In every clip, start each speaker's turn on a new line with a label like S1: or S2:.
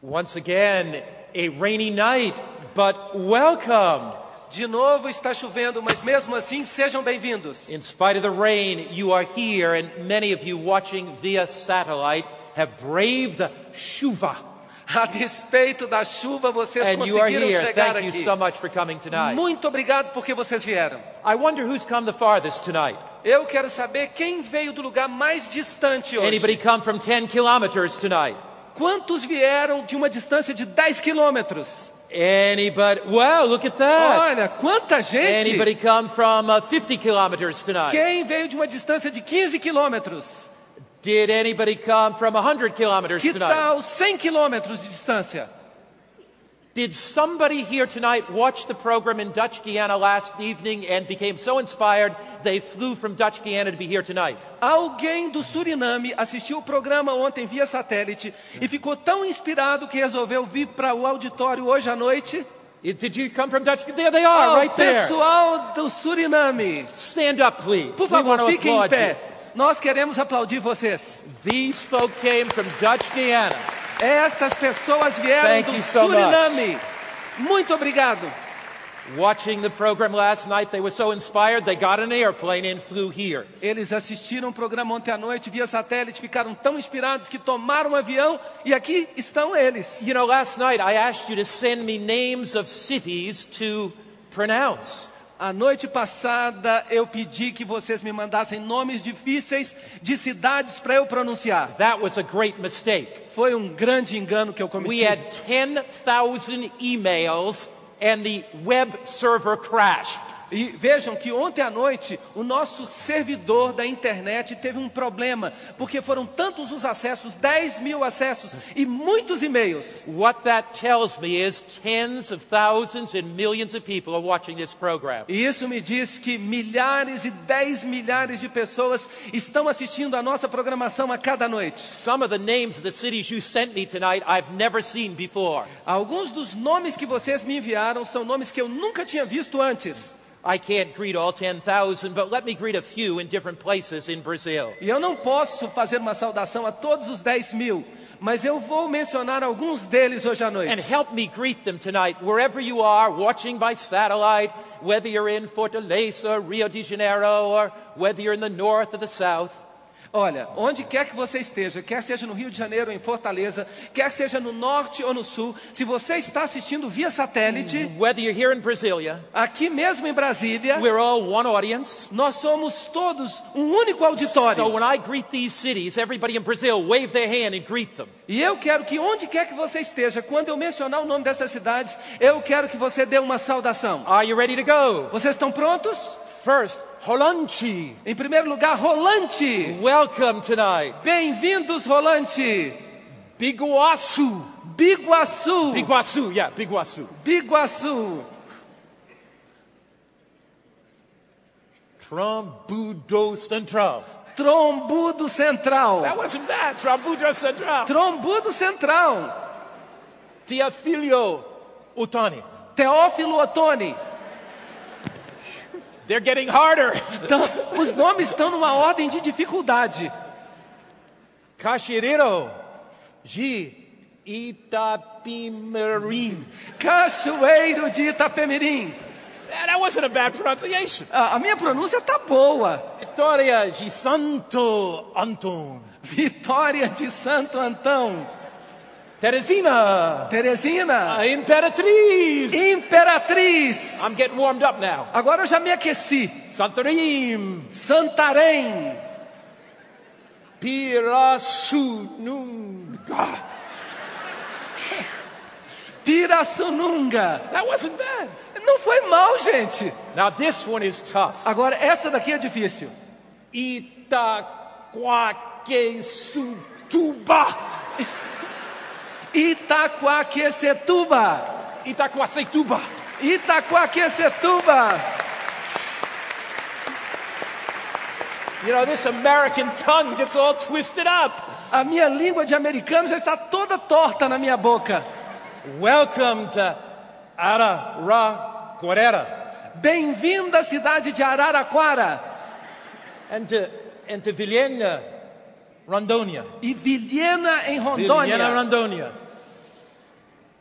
S1: Once again, a rainy night, but welcome.
S2: De novo está chovendo, mas mesmo assim sejam bem-vindos.
S1: In spite of the rain, you are here, and many of you watching via satellite have braved the Shuva.
S2: A despeito da chuva, vocês
S1: And you are
S2: conseguiram
S1: here.
S2: chegar
S1: Thank you
S2: aqui.
S1: so much for coming tonight.
S2: Muito obrigado porque vocês vieram.
S1: I wonder who's come the farthest tonight.
S2: Eu quero saber quem veio do lugar mais distante hoje.
S1: Anybody come from 10 kilometers tonight?
S2: Quantos vieram de uma distância de 10 quilômetros?
S1: Anybody? Wow, look at that.
S2: Olha, quanta gente!
S1: Ah. Anybody come from uh, 50 kilometers tonight?
S2: Quem veio de uma distância de 15 quilômetros?
S1: Did anybody come from 100 kilometers
S2: Que
S1: tonight?
S2: tal 100 quilômetros de distância?
S1: Did somebody here tonight watch the program in Dutch Guiana last evening and became so inspired they flew from Dutch Guiana to be here tonight?
S2: Alguém do Suriname assistiu o programa ontem via satélite e ficou tão inspirado que resolveu vir para o auditório hoje à noite.
S1: It- Did you come from Dutch? There they are,
S2: Ao
S1: Ah, right there.
S2: pessoal do Suriname,
S1: Stand up, please.
S2: por
S1: we want
S2: favor,
S1: to
S2: fiquem em
S1: applaud
S2: pé. Nós queremos aplaudir vocês.
S1: you. These folk came from Dutch Guiana.
S2: Estas pessoas vieram
S1: Thank
S2: do
S1: you so much.
S2: Suriname. Muito obrigado.
S1: Watching the program last night, they were so inspired they got an airplane and flew here.
S2: Eles assistiram o programa ontem à noite via satélite, ficaram tão inspirados que tomaram um avião e aqui estão eles.
S1: You know, last night I asked you to send me names of cities to pronounce.
S2: A noite passada eu pedi que vocês me mandassem nomes difíceis de cidades para eu pronunciar.
S1: That was a great mistake.
S2: Foi um grande engano que eu
S1: We
S2: cometi.
S1: had 10,000 emails and the web server crashed.
S2: E vejam que ontem à noite o nosso servidor da internet teve um problema, porque foram tantos os acessos 10 mil acessos e muitos e-mails.
S1: What that tells me is tens of thousands and millions of people are watching this program.
S2: E isso me diz que milhares e 10 milhares de pessoas estão assistindo a nossa programação a cada noite.
S1: Some of the names of the cities you sent me tonight I've never seen before.
S2: Alguns dos nomes que vocês me enviaram são nomes que eu nunca tinha visto antes.
S1: I can't greet all 10,000, but let me greet a few in different places in Brazil.
S2: E eu não posso fazer uma saudação a todos os 10 mil, mas eu vou mencionar alguns deles hoje à
S1: And
S2: noite.
S1: help me greet them tonight, wherever you are, watching by satellite, whether you're in Fortaleza, Rio de Janeiro, or whether you're in the north or the south.
S2: Olha, onde quer que você esteja, quer seja no Rio de Janeiro ou em Fortaleza, quer seja no norte ou no sul, se você está assistindo via satélite,
S1: Whether you're here in Brasilia,
S2: aqui mesmo em Brasília,
S1: we're all one audience.
S2: nós somos todos um único
S1: So
S2: auditório.
S1: when I greet these cities, everybody in Brazil wave their hand and greet them.
S2: E eu quero que onde quer que você esteja, quando eu mencionar o nome dessas cidades, eu quero que você dê uma saudação.
S1: Are you ready to go?
S2: Vocês estão prontos?
S1: First, Holonchi,
S2: Em primeiro lugar, Rolante.
S1: welcome tonight.
S2: Bem-vindos, Rolante.
S1: Biguaçu,
S2: Biguaçu.
S1: Biguaçu, yeah, Biguaçu.
S2: Biguaçu.
S1: Trambudo Central.
S2: Trombudo
S1: That
S2: Central.
S1: wasn't bad. Trambudo Central.
S2: Trombudo Central.
S1: Teofilio Utani.
S2: Teófilo Otoni.
S1: They're getting harder.
S2: Então, os nomes estão numa ordem de dificuldade.
S1: Caxiriro de Itapimirim.
S2: Cachoeiro de Itapemirim.
S1: That wasn't a bad pronunciation.
S2: A, a minha pronúncia tá boa.
S1: Vitória de Santo Antônio.
S2: Vitória de Santo Antão.
S1: Teresina.
S2: Teresina.
S1: Imperatriz.
S2: Imperatriz.
S1: I'm getting warmed up now.
S2: Agora eu já me aqueci.
S1: Santorim.
S2: Santarém.
S1: Pirassununga.
S2: Pirassununga.
S1: That wasn't bad.
S2: Não foi mal, gente.
S1: Now this one is tough.
S2: Agora, essa daqui é difícil.
S1: Itaquaquecetuba.
S2: Itaquaquecetuba.
S1: Itaquacetuba.
S2: Itaquaquecetuba.
S1: You know, this American tongue gets all twisted up.
S2: A minha língua de americano já está toda torta na minha boca.
S1: Welcome to Araraquara
S2: Bem-vindo à cidade de Araraquara
S1: and to, and to Vilhena, Rondônia.
S2: e Vilhena, em
S1: Vilhena,
S2: Rondônia.
S1: Rondônia.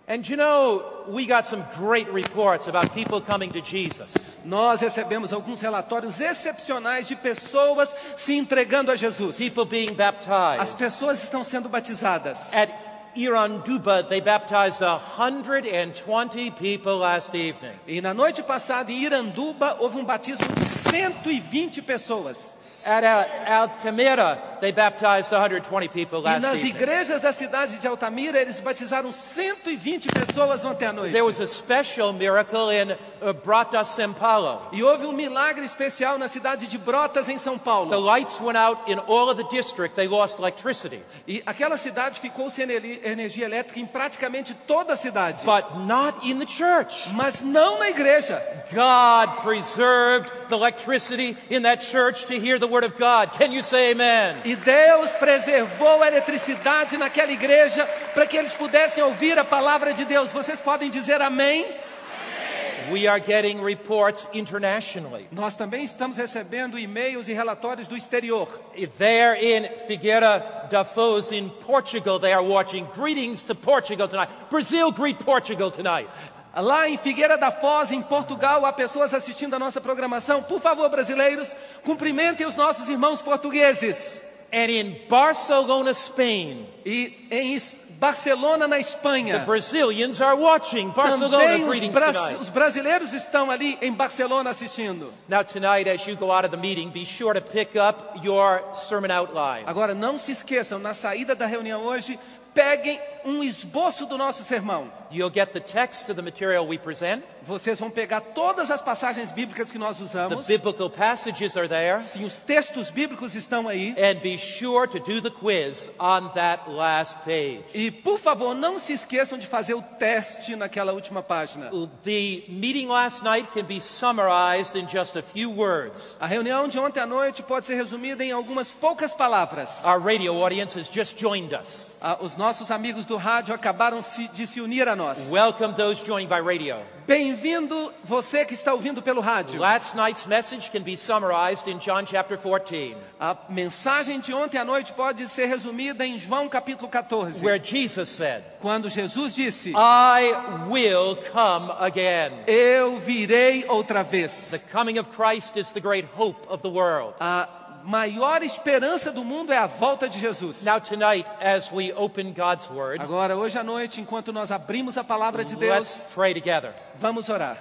S1: And you know, we got some great reports about people coming to Jesus.
S2: Nós recebemos alguns relatórios excepcionais de pessoas se entregando a Jesus.
S1: People being
S2: As
S1: baptized.
S2: pessoas estão sendo batizadas.
S1: At Iranduba, they baptized 120 people last evening.
S2: E na noite passada, em Iranduba, houve um batismo de 120 pessoas.
S1: At Al- Altamira, they baptized 120 people
S2: E
S1: last
S2: nas
S1: evening.
S2: igrejas da cidade de Altamira, eles batizaram 120 pessoas ontem à noite.
S1: There was a special miracle in uh, Brata Sempalo.
S2: E houve um milagre especial na cidade de Brotas, em São
S1: The
S2: Paulo.
S1: lights went out in all of the district. They lost electricity.
S2: E aquela cidade ficou sem ele- energia elétrica em praticamente toda a cidade.
S1: But not in the church.
S2: Mas não na igreja.
S1: God preserved the electricity in that church to hear the word of God. Can you say amen?
S2: E Deus preservou a eletricidade naquela igreja para que eles pudessem ouvir a palavra de Deus. Vocês podem dizer amém?
S1: We are getting reports internationally.
S2: Nós também estamos recebendo e-mails e relatórios do exterior.
S1: There in Figueira da Foz in Portugal, they are watching. Greetings to Portugal tonight. Brazil, greet Portugal tonight.
S2: Lá em Figueira da Foz, em Portugal, há pessoas assistindo a nossa programação. Por favor, brasileiros, cumprimentem os nossos irmãos portugueses.
S1: And in Barcelona, Spain,
S2: E em Es- Barcelona, na
S1: the
S2: Espanha.
S1: Brazilians are watching. Barcelona,
S2: Também os,
S1: greetings
S2: bra-
S1: tonight.
S2: os brasileiros estão ali em Barcelona assistindo.
S1: Now, tonight, as you go out of the meeting, be sure to pick up your sermon outline.
S2: Agora, não se esqueçam, na saída da reunião hoje, peguem um esboço do nosso sermão.
S1: You'll get the text of the material we present.
S2: Vocês vão pegar todas as passagens bíblicas que nós
S1: The
S2: usamos.
S1: biblical passages are there.
S2: Sim, os textos bíblicos estão aí.
S1: And be sure to do the quiz on that last page.
S2: E, por favor, não se esqueçam de fazer o teste naquela última página.
S1: The meeting last night can be summarized in just a few words.
S2: A reunião de ontem à noite pode ser resumida em algumas poucas palavras.
S1: Our radio audience has just joined us.
S2: Ah, os nossos amigos do rádio acabaram se- de se unir a nós.
S1: Welcome those joining by radio.
S2: Bem-vindo você que está ouvindo pelo rádio.
S1: Last night's message can be summarized in John chapter 14,
S2: A mensagem de ontem à noite pode ser resumida em João capítulo 14,
S1: where Jesus said,
S2: quando Jesus disse:
S1: I will come again.
S2: Eu virei outra vez.
S1: The coming of Christ is the great hope of the world.
S2: A maior esperança do mundo é a volta de Jesus.
S1: Now, tonight, as we open God's Word,
S2: Agora, hoje à noite, enquanto nós abrimos a palavra de Deus,
S1: Let's pray together.
S2: vamos orar.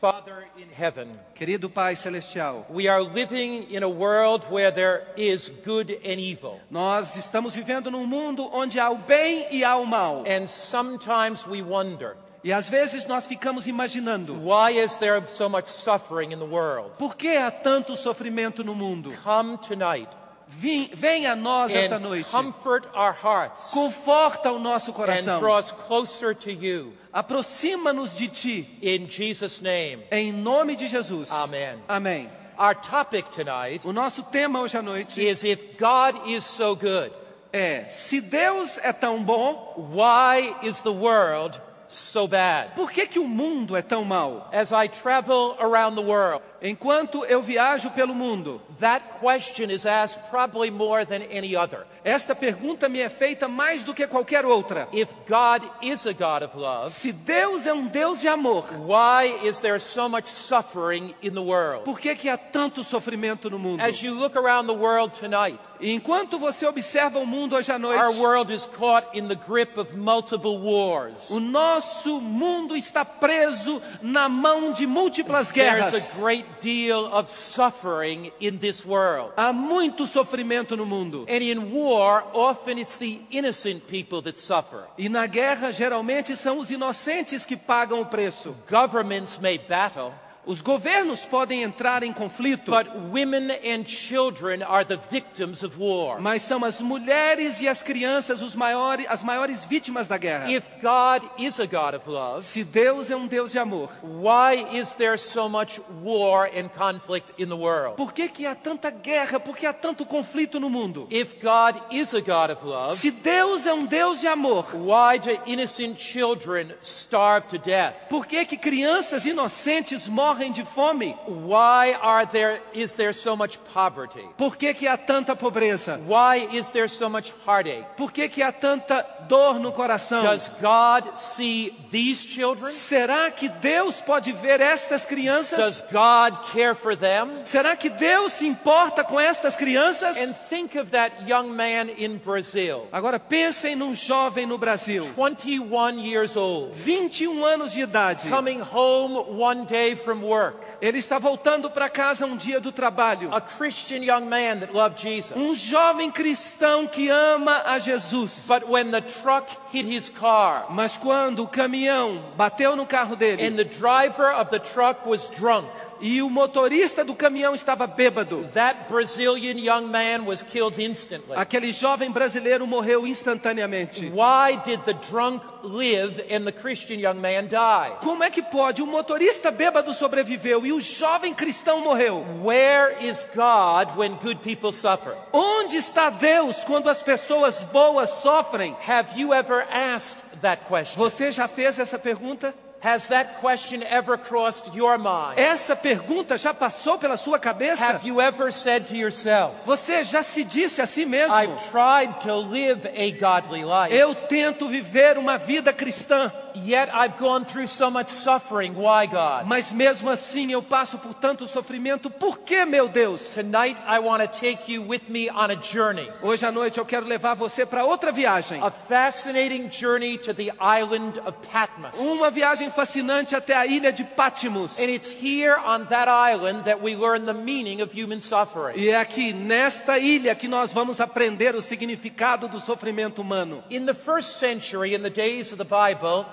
S1: Father in heaven,
S2: Querido Pai Celestial,
S1: we are living in a world where there is good and evil.
S2: nós estamos vivendo num mundo onde há o bem e há o mal.
S1: And sometimes we wonder
S2: E às vezes nós ficamos imaginando
S1: why is there so much suffering in the world?
S2: por que há tanto sofrimento no mundo.
S1: Come tonight
S2: Vim, vem a nós esta
S1: and
S2: noite.
S1: comfort our hearts
S2: Conforta o nosso
S1: and
S2: coração.
S1: draw us closer to you.
S2: Aproxima-nos de ti,
S1: In Jesus' name.
S2: em nome de Jesus.
S1: Amém.
S2: Amém.
S1: Our topic tonight
S2: O nosso tema hoje à noite
S1: is if God is so good,
S2: é: se Deus é tão bom,
S1: why is the world so bad?
S2: por que que o mundo é tão mau?
S1: As I travel around the world,
S2: Enquanto eu viajo pelo mundo,
S1: That question is asked probably more than any other.
S2: esta pergunta me é feita mais do que qualquer outra.
S1: If God is a God of love,
S2: Se Deus é um Deus de amor,
S1: why is there so much suffering in the world?
S2: por que que há tanto sofrimento no mundo?
S1: As you look around the world tonight,
S2: E Enquanto você observa o mundo hoje à
S1: our
S2: noite,
S1: world is caught in the grip of multiple wars.
S2: o nosso mundo está preso na mão de múltiplas guerras.
S1: There's a great deal of suffering in this world.
S2: Há muito sofrimento no mundo.
S1: And in war, often it's the innocent people that suffer.
S2: E na guerra, geralmente, são os inocentes que pagam o preço.
S1: Governments may battle,
S2: Os governos podem entrar em conflito,
S1: but women and children are the victims of war.
S2: mas são as mulheres e as crianças os maiores, as maiores vítimas da guerra.
S1: If God is a God of love,
S2: Se Deus é um Deus de amor,
S1: why is there so much war and conflict in the world?
S2: por que, que há tanta guerra? Por que há tanto conflito no mundo?
S1: If God is a God of love,
S2: Se Deus é um Deus de amor,
S1: why do innocent children starve to death?
S2: por que, que crianças inocentes morrem de fome?
S1: Why are there, is there so much poverty?
S2: Por que, que há tanta pobreza?
S1: Why is there so much heartache?
S2: Por que, que há tanta dor no coração?
S1: Does God see these children?
S2: Será que Deus pode ver estas crianças?
S1: Does God care for them?
S2: Será que Deus se importa com estas crianças?
S1: And think of that young man in Brazil,
S2: Agora pensem num jovem no Brasil,
S1: 21 years old,
S2: 21 anos de idade.
S1: coming home one day from work,
S2: Ele está voltando para casa um dia do trabalho.
S1: a Christian young man that loved Jesus.
S2: Um jovem cristão que ama a Jesus.
S1: But when the truck hit his car
S2: Mas quando o caminhão bateu no carro
S1: and
S2: dele
S1: the driver of the truck was drunk,
S2: e o motorista do caminhão estava bêbado,
S1: that Brazilian young man was killed instantly.
S2: aquele jovem brasileiro morreu instantaneamente.
S1: Why did the drunk live and the Christian young man die?
S2: Como é que pode? O motorista bêbado sobreviveu e o jovem cristão morreu.
S1: Where is God when good people suffer?
S2: Onde está Deus quando as pessoas boas sofrem?
S1: Have you ever asked that question?
S2: Você já fez essa pergunta?
S1: Has that question ever crossed your mind?
S2: Essa pergunta já passou pela sua cabeça?
S1: Have you ever said to yourself,
S2: Você já se disse a si mesmo?
S1: I've tried to live a godly life,
S2: Eu tento viver uma vida cristã,
S1: yet I've gone through so much suffering. Why, God?
S2: mas mesmo assim eu passo por tanto sofrimento. Por que, meu Deus?
S1: Tonight, I want to take you with me on a journey,
S2: Hoje à noite eu quero levar você para outra viagem.
S1: a fascinating journey to the island of Patmos.
S2: Uma viagem fascinante até a ilha de Patmos.
S1: And it's here on that island that we learn the meaning of human suffering.
S2: E é aqui, nesta ilha, que nós vamos aprender o significado do sofrimento humano.
S1: In the first century, in the days of the Bible,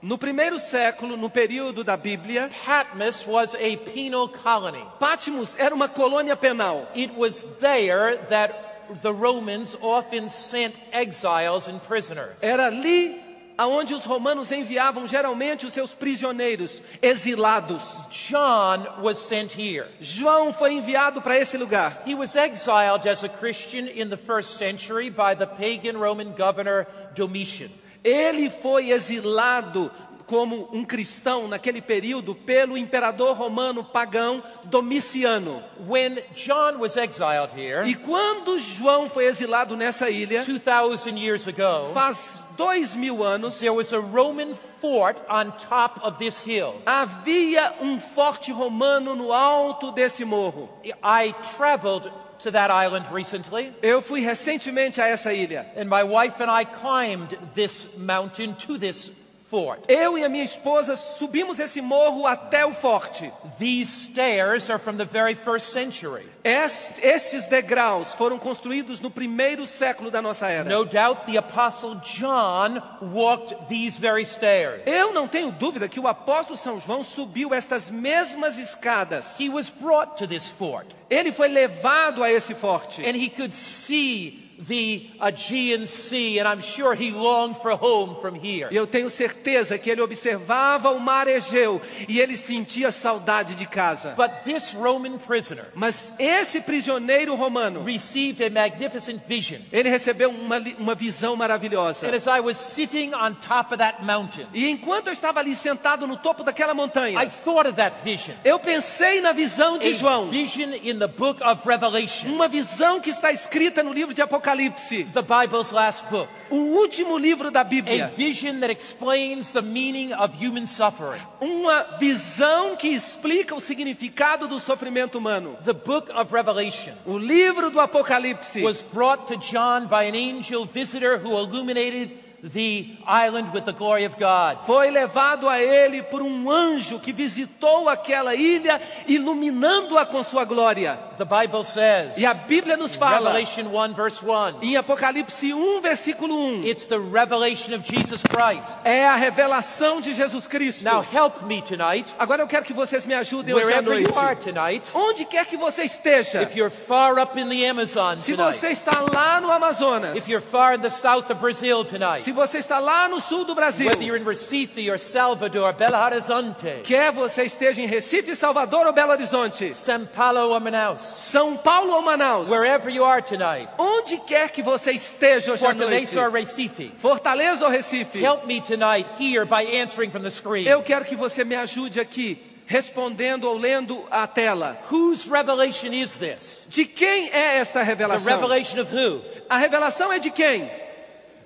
S2: No primeiro século, no período da Bíblia,
S1: Patmos was a penal colony.
S2: Patmos era uma colônia penal.
S1: It was there that the Romans often sent exiles and prisoners.
S2: Era ali aonde os romanos enviavam geralmente os seus prisioneiros, exilados.
S1: John was sent here.
S2: João foi enviado para esse lugar.
S1: He was exiled as a Christian in the first century by the pagan Roman governor Domitian.
S2: Ele foi exilado como um cristão naquele período pelo imperador romano pagão Domiciano.
S1: When John was exiled here,
S2: E quando João foi exilado nessa ilha,
S1: 2,000 years ago,
S2: faz dois mil anos,
S1: there was a Roman fort on top of this hill.
S2: havia um forte romano no alto desse morro.
S1: I traveled to that island recently,
S2: Eu fui recentemente a essa ilha.
S1: and my wife and I climbed this mountain to this fort.
S2: Eu e a minha esposa subimos esse morro até o forte.
S1: These stairs are from the very first century.
S2: Est- esses degraus foram construídos no primeiro século da nossa era.
S1: No doubt the Apostle John walked these very stairs.
S2: Eu não tenho dúvida que o apóstolo São João subiu estas mesmas escadas.
S1: He was brought to this fort,
S2: Ele foi levado a esse forte.
S1: and he could see the Aegean Sea, and I'm sure he longed for home from here.
S2: E eu tenho certeza que ele observava o mar Egeu e ele sentia saudade de casa.
S1: But this Roman prisoner
S2: Mas esse prisioneiro romano,
S1: received a magnificent vision.
S2: ele recebeu uma, li- uma visão
S1: And
S2: maravilhosa.
S1: as I was sitting on top of that mountain,
S2: E enquanto eu estava ali sentado no topo daquela
S1: I
S2: montanha,
S1: thought of that vision.
S2: eu pensei na visão de
S1: A
S2: João.
S1: vision in the book of Revelation,
S2: Uma visão que está escrita no livro de Apocalipse,
S1: the Bible's last book.
S2: o último livro da
S1: A
S2: Bíblia.
S1: vision that explains the meaning of human suffering.
S2: Uma visão que explica o significado do sofrimento humano.
S1: The book of Revelation
S2: O livro do Apocalipse
S1: was brought to John by an angel visitor who illuminated the island with the glory of God.
S2: foi levado a ele por um anjo que visitou aquela ilha, iluminando-a com sua glória.
S1: The Bible says,
S2: E a Bíblia nos fala,
S1: Revelation 1, verse 1,
S2: em Apocalipse 1, versículo 1,
S1: it's the revelation of Jesus Christ.
S2: é a revelação de Jesus Cristo.
S1: Now help me tonight,
S2: Agora eu quero que vocês me ajudem hoje à
S1: wherever you
S2: noite.
S1: are tonight,
S2: Onde quer que você esteja,
S1: if you're far up in the Amazon
S2: se
S1: tonight,
S2: você está lá no Amazonas,
S1: if you're far in the south of Brazil
S2: se
S1: tonight,
S2: você está lá no sul do Brasil,
S1: whether you're in Recife or Salvador, Belo Horizonte,
S2: Quer você esteja em Recife, Salvador ou Belo Horizonte,
S1: São Paulo or Manaus,
S2: São Paulo ou Manaus,
S1: wherever you are tonight,
S2: onde quer que você esteja hoje à noite,
S1: Fortaleza or Recife,
S2: Fortaleza ou Recife,
S1: help me tonight here by answering from the screen.
S2: eu quero que você me ajude aqui respondendo ou lendo a tela.
S1: Whose revelation is this?
S2: De quem é esta
S1: The
S2: revelação?
S1: revelation of who?
S2: A revelação é de quem?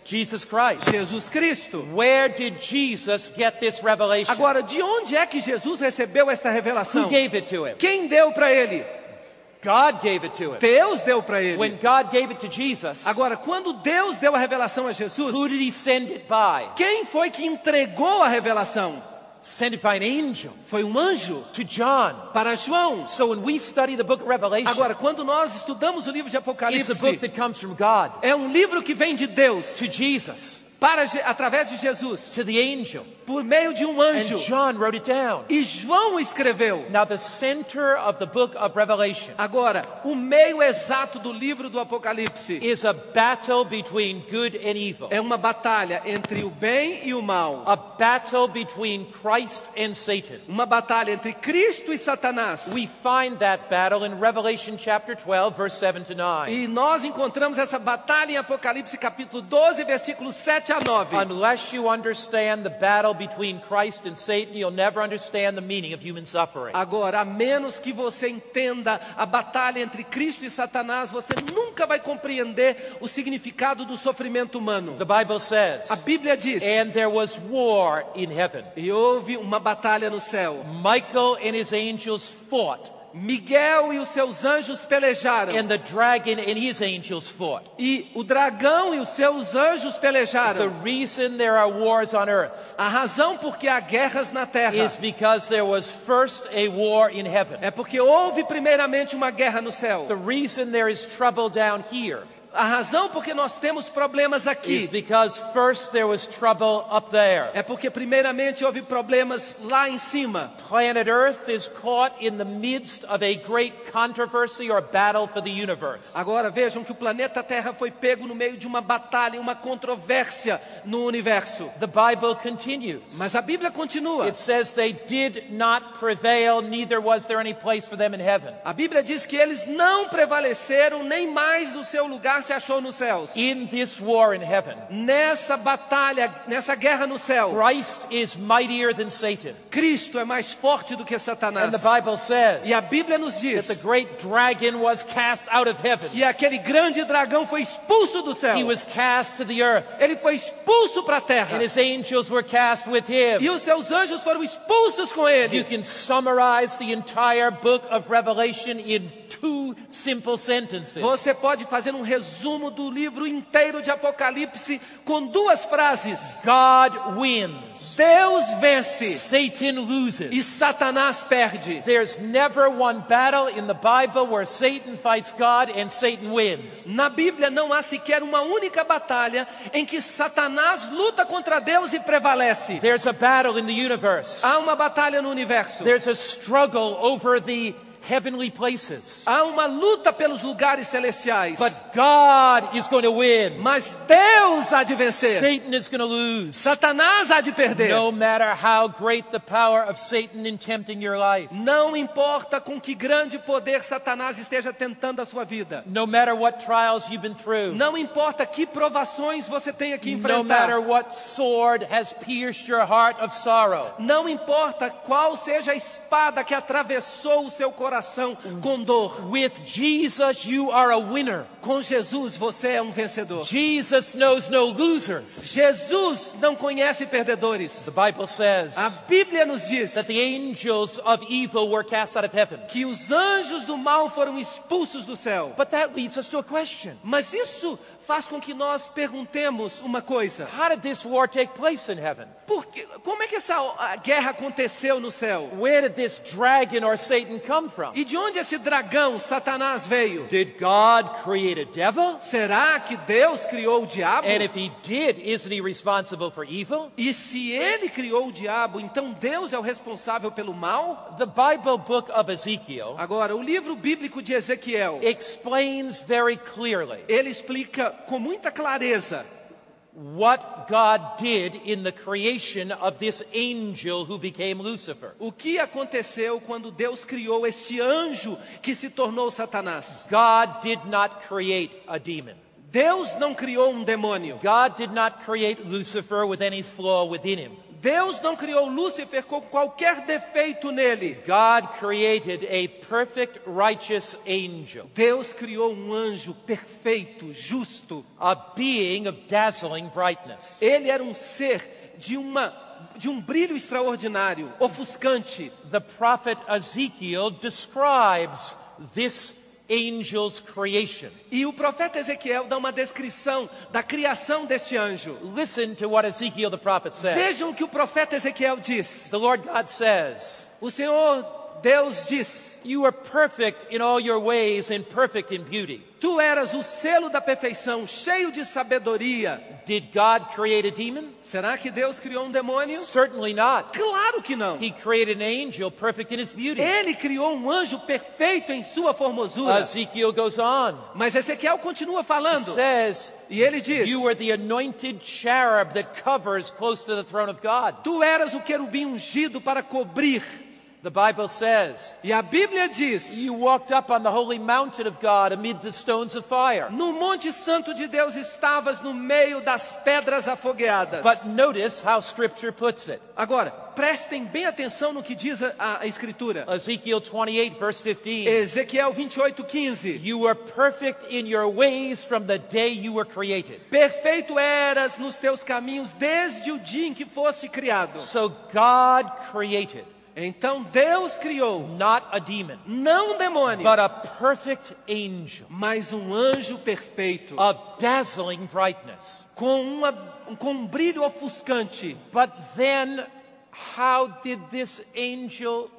S1: Jesus Christ.
S2: Jesus Cristo.
S1: Where did Jesus get this revelation?
S2: Agora, de onde é que Jesus recebeu esta
S1: Who
S2: revelação?
S1: gave it to him?
S2: Quem deu para ele?
S1: God gave it to him.
S2: Deus deu para ele.
S1: When God gave it to Jesus,
S2: Agora, quando Deus deu a revelação a
S1: who
S2: Jesus,
S1: did he send it by?
S2: quem foi que entregou a revelação?
S1: Send it by an angel
S2: Foi um anjo
S1: to John.
S2: para João.
S1: So when we study the book of Revelation,
S2: Agora, quando nós estudamos o livro
S1: it's
S2: de
S1: a book
S2: Apocalipse,
S1: that comes from God
S2: é um livro que vem de Deus
S1: to Jesus,
S2: para Je- através de Jesus,
S1: to the angel.
S2: por meio de um
S1: And
S2: anjo.
S1: John wrote it down.
S2: E João o escreveu.
S1: Now, the center of the book of Revelation
S2: Agora, o meio exato do livro do Apocalipse
S1: is a battle between good and evil,
S2: é uma batalha entre o bem e o mal.
S1: a battle between Christ and Satan.
S2: Uma batalha entre Cristo e Satanás.
S1: We find that battle in Revelation chapter 12, verse 7 to 9.
S2: E nós encontramos essa batalha em Apocalipse capítulo 12, versículos 7 a 9.
S1: Unless you understand the battle between Christ and Satan, you'll never understand the meaning of human suffering.
S2: Agora, a menos que você entenda a batalha entre Cristo e Satanás, você nunca vai compreender o significado do sofrimento humano.
S1: The Bible
S2: A
S1: says,
S2: Bíblia diz:
S1: And there was war in heaven.
S2: E houve uma batalha no céu.
S1: Michael and his angels fought,
S2: Miguel e os seus anjos pelejaram.
S1: and the dragon and his angels fought.
S2: E o dragão e os seus anjos
S1: The
S2: pelejaram.
S1: reason there are wars on earth
S2: A razão por que há guerras na terra
S1: is because there was first a war in heaven.
S2: é porque houve primeiramente uma guerra no céu.
S1: The reason there is trouble down here
S2: A razão por que nós temos problemas
S1: is
S2: aqui
S1: because first there was trouble up there.
S2: é porque primeiramente houve problemas lá em cima.
S1: Planet Earth is caught in the midst of a great controversy or battle for the universe.
S2: Agora vejam que o planeta Terra foi pego no meio de uma batalha, uma controvérsia no universo.
S1: The Bible continues.
S2: Mas a Bíblia continua.
S1: It says they did not prevail, neither was there any place for them in heaven.
S2: A Bíblia diz que eles não prevaleceram, nem mais o seu lugar se achou nos céus.
S1: In this war in heaven,
S2: Nessa batalha, nessa guerra no céu,
S1: Christ is mightier than Satan.
S2: Cristo é mais forte do que
S1: And
S2: Satanás.
S1: the Bible says
S2: E a Bíblia nos
S1: that the
S2: diz
S1: great dragon was cast out of heaven.
S2: que aquele grande dragão foi expulso do céu.
S1: He was cast to the earth,
S2: Ele foi expulso para a terra.
S1: and his angels were cast with
S2: E
S1: him.
S2: os seus anjos foram expulsos
S1: You
S2: com ele.
S1: can summarize the entire book of Revelation in two simple sentences.
S2: Você pode fazer um resumo do livro inteiro de Apocalipse com duas frases:
S1: God wins,
S2: Deus vence
S1: Satan
S2: e
S1: loses.
S2: Satanás perde.
S1: There's never one battle in the Bible where Satan fights God and Satan wins.
S2: Na Bíblia não há sequer uma única batalha em que Satanás luta contra Deus e prevalece.
S1: There's a battle in the universe.
S2: Há uma batalha no universo.
S1: There's a struggle over the heavenly places.
S2: Há uma luta pelos lugares celestiais.
S1: But God is going to win.
S2: Mas Deus há de vencer.
S1: Satan is going to lose.
S2: Satanás há de perder.
S1: No matter how great the power of Satan in tempting your life,
S2: Não importa com que grande poder Satanás esteja tentando a sua vida.
S1: no matter what trials you've been through,
S2: Não importa que provações você tenha que
S1: no matter
S2: enfrentar.
S1: what sword has pierced your heart of sorrow,
S2: Não importa qual seja a espada que atravessou o seu coração
S1: Hum.
S2: com dor.
S1: with Jesus you are a winner.
S2: Com Jesus você é um vencedor.
S1: Jesus knows no losers.
S2: Jesus não conhece perdedores.
S1: The Bible says
S2: A Bíblia nos diz
S1: that the angels of evil were cast out of heaven.
S2: que os anjos do mal foram expulsos do céu.
S1: But that leads us to a question.
S2: Mas isso faz com que nós perguntemos uma coisa:
S1: How did this war take place in heaven?
S2: por que, como é que essa a, guerra aconteceu no céu?
S1: Where did this dragon or Satan come from?
S2: E de onde esse dragão, Satanás, veio?
S1: Did God create a devil?
S2: Será que Deus criou o diabo?
S1: And if he did, isn't he responsible for evil?
S2: E se ele criou o diabo, então Deus é o responsável pelo mal?
S1: The Bible book of Ezekiel
S2: Agora, o livro bíblico de Ezequiel,
S1: explains very clearly
S2: ele explica com muita clareza
S1: what God did in the creation of this angel who became Lucifer.
S2: o que aconteceu quando Deus criou este anjo que se tornou Satanás.
S1: God did not create a demon.
S2: Deus não criou um demônio.
S1: God did not create Lucifer with any flaw within him.
S2: Deus não criou Lúcifer com qualquer defeito nele.
S1: God created a perfect, righteous angel,
S2: Deus criou um anjo perfeito, justo.
S1: a being of dazzling brightness.
S2: Ele era um ser de uma de um brilho extraordinário, ofuscante.
S1: The prophet Ezekiel describes this angel's creation.
S2: E o profeta Ezequiel dá uma descrição da criação deste anjo.
S1: Listen to what Ezekiel the prophet says.
S2: Vejam o que o profeta Ezequiel diz.
S1: The Lord God says,
S2: O Senhor Deus diz:
S1: You are perfect in all your ways and perfect in beauty.
S2: Tu eras o selo da perfeição, cheio de sabedoria.
S1: Did God create a demon?
S2: Será que Deus criou um demônio?
S1: Certainly not.
S2: Claro que não.
S1: He created an angel perfect in his beauty.
S2: Ele criou um anjo perfeito em sua formosura.
S1: Ezekiel goes on.
S2: Mas Ezequiel continua
S1: He
S2: falando.
S1: says,
S2: E ele diz:
S1: é- You are the anointed cherub that covers close to the throne of God.
S2: Tu eras o querubim ungido para cobrir.
S1: The Bible says,
S2: E a Bíblia diz:
S1: You walked up on the holy mountain of God amid the stones of fire.
S2: No Monte Santo de Deus estavas no meio das pedras afogueadas.
S1: But notice how Scripture puts it.
S2: Agora, prestem bem atenção no que diz a, a Escritura.
S1: Ezekiel 28, verse 15.
S2: Ezequiel 28, 15.
S1: You were perfect in your ways from the day you were created.
S2: Perfeito eras nos teus caminhos desde o dia em que foste criado.
S1: So God created
S2: Então Deus criou
S1: not a demon,
S2: não um demônio,
S1: but a perfect angel
S2: mas um anjo perfeito,
S1: of dazzling brightness.
S2: com, uma, com um brilho ofuscante.
S1: But then, how did this angel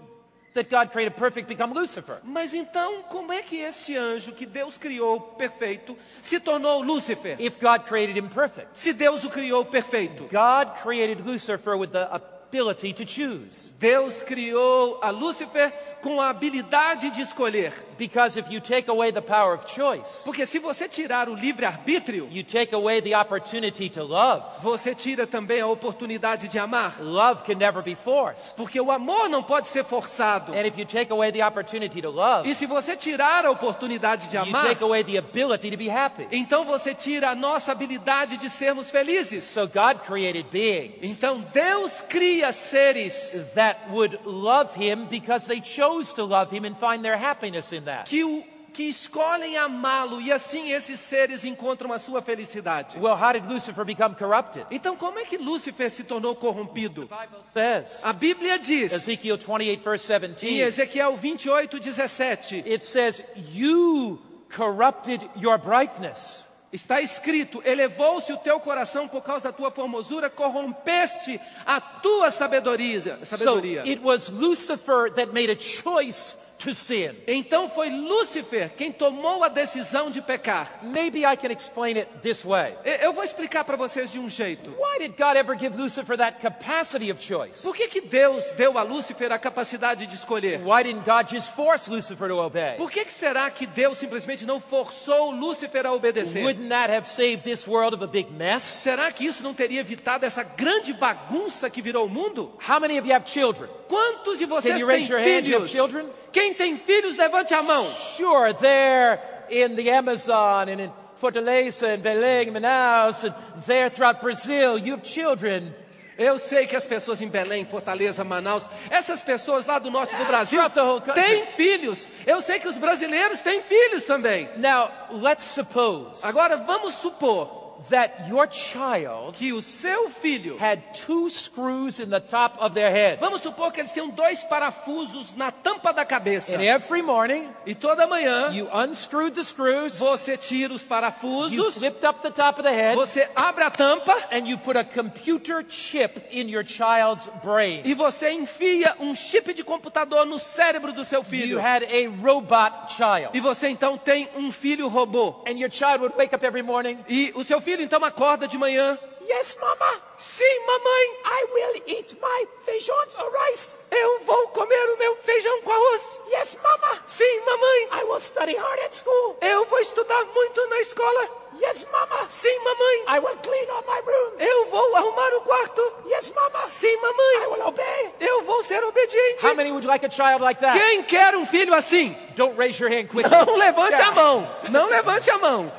S1: that God created perfect become Lucifer?
S2: Mas então, como é que este anjo que Deus criou perfeito se tornou Lúcifer?
S1: If God created him perfect,
S2: Se Deus o criou perfeito,
S1: God created Lucifer with the ability to choose.
S2: Deus criou a Lúcifer com a habilidade de escolher.
S1: Because if you take away the power of choice,
S2: Porque se você tirar o livre-arbítrio,
S1: you take away the opportunity to love.
S2: você tira também a oportunidade de amar.
S1: Love can never be forced.
S2: Porque o amor não pode ser forçado.
S1: And if you take away the opportunity to love,
S2: E se você tirar a oportunidade de
S1: you
S2: amar,
S1: take away the ability to be happy.
S2: então você tira a nossa habilidade de sermos felizes.
S1: So God created beings
S2: Então Deus cria seres
S1: that would love him because they chose to love him and find their happiness in that.
S2: que, o, que escolhem amá-lo e assim esses seres encontram a sua felicidade.
S1: Well, how did Lucifer become corrupted?
S2: Então como é que Lúcifer se tornou corrompido?
S1: says,
S2: A Bíblia diz
S1: Ezekiel 28, verse
S2: em
S1: 17,
S2: Ezequiel 28, 17,
S1: it says, You corrupted your brightness.
S2: está escrito, elevou-se o teu coração por causa da tua formosura, corrompeste a tua sabedoria.
S1: So
S2: sabedoria.
S1: it was Lucifer that made a choice to sin.
S2: Então foi Lúcifer quem tomou a decisão de pecar.
S1: Maybe I can explain it this way.
S2: E- Eu vou explicar para vocês de um jeito.
S1: Why did God ever give Lucifer that capacity of choice?
S2: Por que, que Deus deu a Lúcifer a capacidade de escolher?
S1: Why didn't God just force Lucifer to obey?
S2: Por que, que será que Deus simplesmente não forçou Lúcifer a obedecer?
S1: Wouldn't that have saved this world of a big mess?
S2: Será que isso não teria evitado essa grande bagunça que virou o mundo?
S1: How many of you have children?
S2: Quantos de
S1: Can
S2: vocês
S1: you
S2: têm
S1: raise your hand? You have
S2: filhos?
S1: children?
S2: Quem tem filhos, levante a mão.
S1: Sure, they're in the Amazon and in Fortaleza and Belém, Manaus, and there throughout Brazil. You have children
S2: Eu sei que as pessoas em Belém, Fortaleza, Manaus, essas pessoas lá do norte do Brasil
S1: throughout the whole country.
S2: têm filhos. Eu sei que os brasileiros têm filhos também.
S1: Now, let's suppose
S2: Agora vamos supor
S1: that your child
S2: que o seu filho,
S1: had two screws in the top of their head.
S2: vamos supor que eles tenham dois parafusos na tampa da cabeça.
S1: And every morning,
S2: E toda manhã
S1: you unscrewed the screws,
S2: você tira os
S1: you
S2: parafusos,
S1: flipped up the top of the head,
S2: você abre a tampa
S1: and you put a computer chip in your child's brain.
S2: e você enfia um chip de computador no cérebro do seu
S1: You
S2: filho.
S1: had a robot child.
S2: E você então tem um filho robô.
S1: And your child would wake up every morning,
S2: E o seu filho então acorda de manhã.
S1: Yes, mama,
S2: Sim, mamãe,
S1: I will eat my feijões or rice.
S2: eu vou comer o meu feijão com arroz.
S1: Yes, mama,
S2: Sim, mamãe,
S1: I will study hard at school.
S2: eu vou estudar muito na escola.
S1: Yes, mama,
S2: Sim, mamãe,
S1: I will clean up my room.
S2: eu vou arrumar o quarto.
S1: Yes, Eh? mama,
S2: Sim, mamãe,
S1: will obey.
S2: eu vou ser obediente.
S1: How many would like a child like that?
S2: Quem quer um filho assim?
S1: Don't raise your hand quickly.
S2: Não levante a mão. Não levante a mão.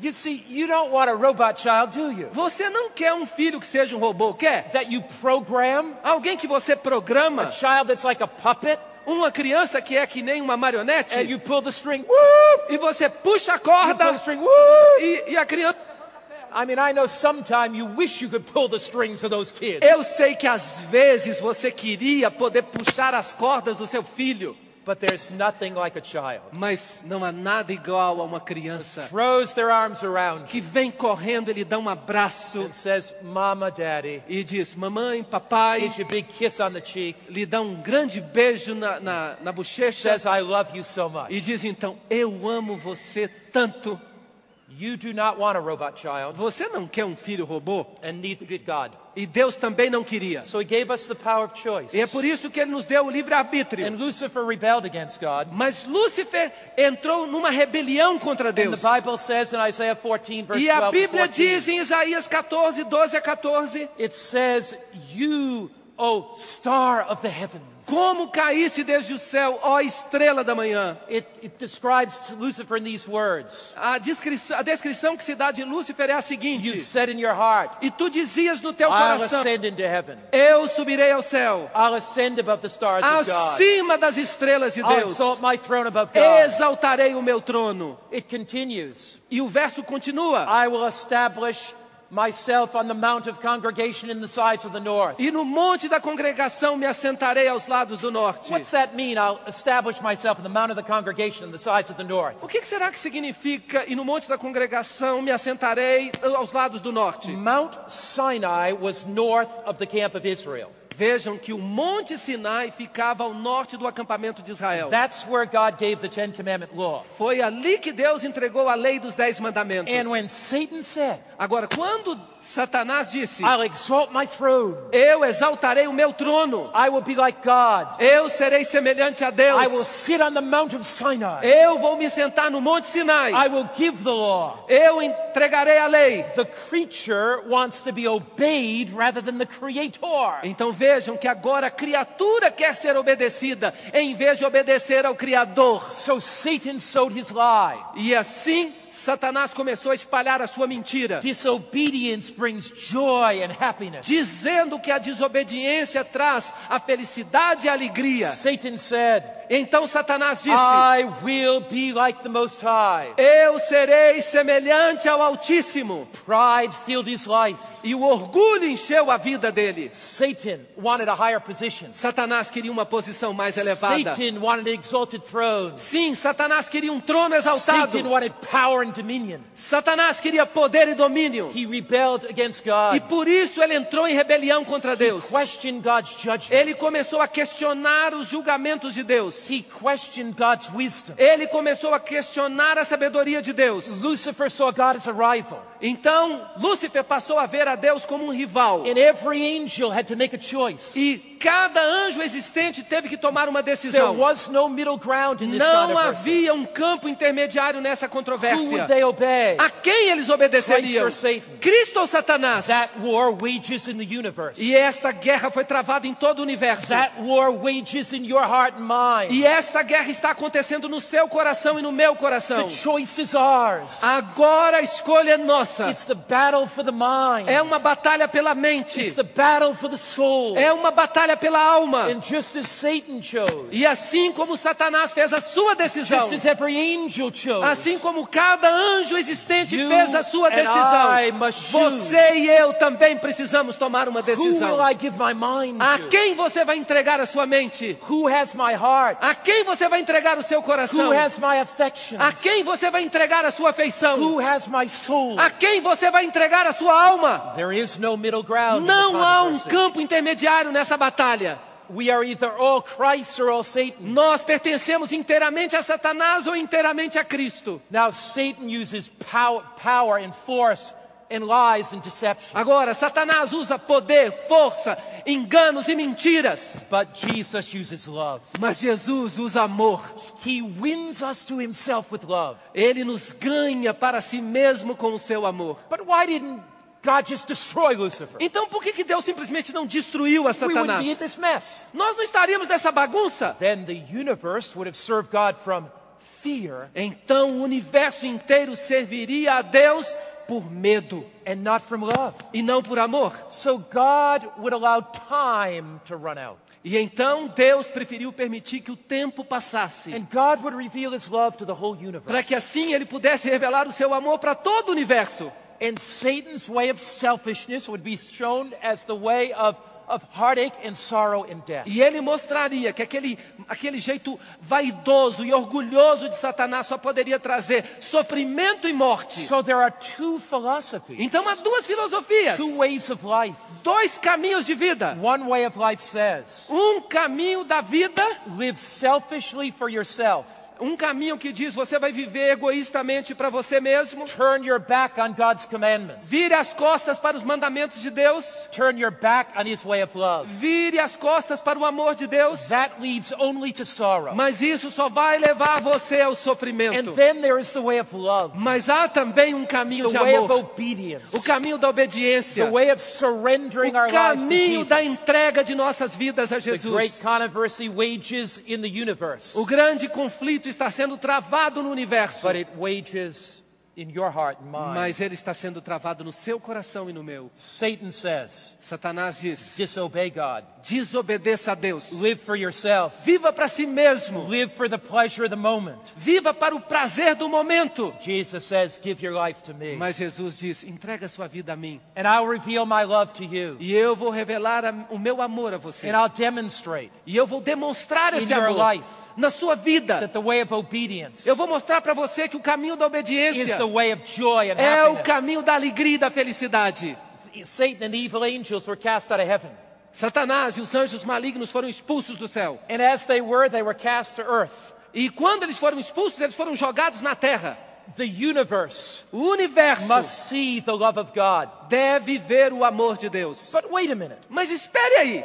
S1: You see, you don't want a robot child, do you?
S2: Você não quer um filho que seja um robô, quer?
S1: That you program,
S2: Alguém que você
S1: a
S2: programa,
S1: child that's like a puppet,
S2: uma criança que é que nem uma
S1: and
S2: marionete,
S1: you pull the string, whoop,
S2: e você puxa a
S1: you
S2: corda
S1: pull the string, whoop.
S2: e, e a criança.
S1: I mean, I know sometime you wish you could pull the strings of those kids,
S2: Eu sei que às vezes você queria poder puxar as cordas do seu filho,
S1: but there's nothing like a child.
S2: mas não há nada igual a uma criança
S1: Throws their arms around you
S2: que vem correndo, ele dá um abraço
S1: and says, Mama, Daddy,
S2: e diz: Mamãe, papai,
S1: gives you a big kiss on the cheek,
S2: lhe dá um grande beijo na, na, na bochecha
S1: says, I love you so much.
S2: e diz então: Eu amo você tanto.
S1: You do not want a robot child,
S2: Você não quer um filho robô?
S1: and neither did God.
S2: E Deus também não queria.
S1: So he gave us the power of choice.
S2: E é por isso que ele nos deu o livre-arbítrio.
S1: And Lucifer rebelled against God.
S2: Mas Lúcifer entrou numa rebelião contra
S1: And the
S2: Deus.
S1: Bible says in Isaiah 14, verse
S2: E a
S1: 12 to
S2: Bíblia
S1: 14,
S2: diz em Isaías 14, 12 a 14:
S1: it says, You, O star of the heavens.
S2: Como caísse desde o céu, ó estrela da manhã.
S1: It, it describes Lucifer in these words
S2: A descrição, a descrição que se dá de Lúcifer é a
S1: You
S2: seguinte:
S1: said in your heart,
S2: E tu dizias no teu
S1: I'll
S2: coração:
S1: ascend into heaven.
S2: Eu subirei ao céu,
S1: I'll ascend above the stars of God. Ah,
S2: acima das estrelas de
S1: I'll
S2: Deus,
S1: exalt my throne above God.
S2: exaltarei o meu trono.
S1: It continues.
S2: E o verso continua:
S1: I will establish myself on the mount of congregation in the sides of the north.
S2: E no monte da congregação me assentarei aos lados do norte.
S1: What's that mean? I'll establish myself on the mount of the congregation in the sides of the north.
S2: O que que será que significa? E no monte da congregação me assentarei aos lados do norte.
S1: Mount Sinai was north of the camp of Israel.
S2: Vejam que o Monte Sinai ficava ao norte do acampamento de Israel.
S1: That's where God gave the Ten Commandment law.
S2: Foi ali que Deus entregou a lei dos dez mandamentos.
S1: And when Satan said,
S2: Agora, quando Satanás disse,
S1: I'll exalt my throne,
S2: eu exaltarei o meu trono,
S1: I will be like God,
S2: eu serei semelhante a Deus,
S1: I will sit on the Mount of Sinai,
S2: eu vou me sentar no Monte Sinai,
S1: I will give the law,
S2: eu entregarei a lei.
S1: the creature wants to be obeyed rather than the creator.
S2: Então vejam que agora a criatura quer ser obedecida em vez de obedecer ao Criador.
S1: So Satan sowed his lie.
S2: E assim Satanás começou a espalhar a sua mentira.
S1: Disobedience brings joy and happiness.
S2: dizendo que a desobediência traz a felicidade e a alegria.
S1: Satan said,
S2: Então Satanás disse:
S1: I will be like the Most High.
S2: Eu serei semelhante ao Altíssimo.
S1: Pride filled his life.
S2: E o orgulho encheu a vida dele.
S1: Satan wanted a higher position.
S2: Satanás queria uma posição mais elevada.
S1: Satan wanted an exalted throne.
S2: Sim, Satanás queria um trono exaltado.
S1: Satan wanted power and dominion.
S2: Satanás queria poder e domínio.
S1: He rebelled against
S2: E
S1: God,
S2: por isso ele entrou em rebelião contra Deus.
S1: questioned God's judgment.
S2: Ele começou a questionar os julgamentos de Deus.
S1: He questioned God's wisdom.
S2: Ele começou a questionar a sabedoria de Deus.
S1: Lucifer saw God as a rival.
S2: Então, Lúcifer passou a ver a Deus como um rival.
S1: And every angel had to make a choice.
S2: E cada anjo existente teve que tomar uma
S1: There
S2: decisão.
S1: was no middle ground in this
S2: Não
S1: controversy.
S2: havia um campo intermediário nessa
S1: é Who would
S2: controvérsia.
S1: they obey?
S2: A quem eles
S1: Christ
S2: obedeceriam?
S1: or Satan?
S2: Cristo ou Satanás?
S1: That war wages in the universe.
S2: E esta guerra foi travada em todo o universo.
S1: That war wages in your heart and mind.
S2: E esta guerra está acontecendo no seu coração e no meu
S1: The
S2: coração.
S1: choice is ours.
S2: Agora a escolha é nossa.
S1: It's the battle for the mind.
S2: É uma batalha pela
S1: It's
S2: mente.
S1: the battle for the soul.
S2: É uma batalha pela alma.
S1: And just as Satan chose,
S2: E assim como Satanás fez a sua decisão,
S1: just as every angel chose,
S2: Assim como cada anjo existente
S1: You
S2: fez a sua
S1: and I
S2: decisão,
S1: must choose.
S2: você e eu também precisamos tomar uma
S1: who will
S2: decisão.
S1: I give my mind
S2: A
S1: to?
S2: quem você vai entregar a sua mente?
S1: Who has my heart?
S2: A quem você vai entregar o seu coração?
S1: Who has my affections?
S2: A quem você vai entregar a sua afeição?
S1: Who has my soul?
S2: A quem você vai entregar a sua alma?
S1: There is no middle ground. in the
S2: Não há um
S1: controversy.
S2: campo intermediário nessa batalha.
S1: We are either all Christ or all Satan.
S2: Nós pertencemos inteiramente a Satanás ou inteiramente a Cristo.
S1: Now Satan uses pow- power and force and lies and deception.
S2: Agora, Satanás usa poder, força, enganos e mentiras.
S1: But Jesus uses love.
S2: Mas Jesus usa amor.
S1: He wins us to himself with love.
S2: Ele nos ganha para si mesmo com o seu amor.
S1: But why didn't God just destroy Lucifer?
S2: Então por que, que Deus simplesmente não destruiu a
S1: We wouldn't be in
S2: Satanás?
S1: this mess.
S2: Nós não estaríamos nessa bagunça.
S1: Then the universe would have served God from fear
S2: Então o universo inteiro serviria a Deus por medo
S1: and not from love.
S2: e não por amor.
S1: So God would allow time to run out.
S2: E então Deus preferiu permitir que o tempo passasse,
S1: And God would reveal his love to the whole
S2: para
S1: universe.
S2: que assim ele pudesse revelar o seu amor para todo o universo.
S1: And Satan's way of selfishness would be shown as the way of, of heartache and sorrow and death.
S2: E ele mostraria que aquele, aquele jeito vaidoso e orgulhoso de Satanás só poderia trazer sofrimento e morte.
S1: So there are two philosophies,
S2: Então há duas filosofias,
S1: two ways of life.
S2: dois caminhos de vida.
S1: One way of life says,
S2: Um caminho da vida,
S1: live selfishly for yourself.
S2: um caminho que diz você vai viver egoístamente para você mesmo,
S1: Turn your back on God's commandments.
S2: vire as costas para os mandamentos de Deus,
S1: Turn your back on his way of love.
S2: vire as costas para o amor de Deus.
S1: That leads only to sorrow.
S2: Mas isso só vai levar você ao
S1: And
S2: sofrimento.
S1: then there is the way of love,
S2: Mas há também um caminho
S1: the
S2: de
S1: way of
S2: amor, o
S1: obedience,
S2: caminho da obediência,
S1: the
S2: o
S1: way of surrendering our lives to
S2: caminho da
S1: Jesus.
S2: entrega de nossas vidas
S1: The
S2: a
S1: great
S2: Jesus.
S1: controversy wages in the universe,
S2: O grande conflito está sendo travado no universo,
S1: but it wages in your heart and mine.
S2: mas ele está sendo travado no seu coração e no meu.
S1: Satan says,
S2: Satanás diz:
S1: disobey God,
S2: desobedeça a Deus,
S1: live for yourself,
S2: viva para si mesmo,
S1: live for the pleasure of the moment.
S2: viva para o prazer do momento.
S1: Jesus says, give your life to me,
S2: Mas Jesus diz: entrega sua vida a mim,
S1: and I'll reveal my love to you,
S2: e eu vou revelar a- o meu amor a você.
S1: and I'll demonstrate
S2: E eu vou demonstrar
S1: In
S2: esse
S1: your
S2: amor
S1: life.
S2: na sua vida.
S1: that the way of obedience
S2: Eu vou mostrar para você que o caminho da
S1: is
S2: obediência
S1: the way of joy and
S2: é o
S1: happiness.
S2: caminho da alegria e da felicidade.
S1: Satan and the evil angels were cast out of heaven.
S2: Satanás e os anjos malignos foram expulsos do céu.
S1: And as they were, they were cast to earth.
S2: E quando eles foram expulsos, eles foram jogados na terra.
S1: The universe
S2: O universo
S1: must see the love of God.
S2: deve ver o amor de Deus.
S1: But wait a minute.
S2: Mas espere aí,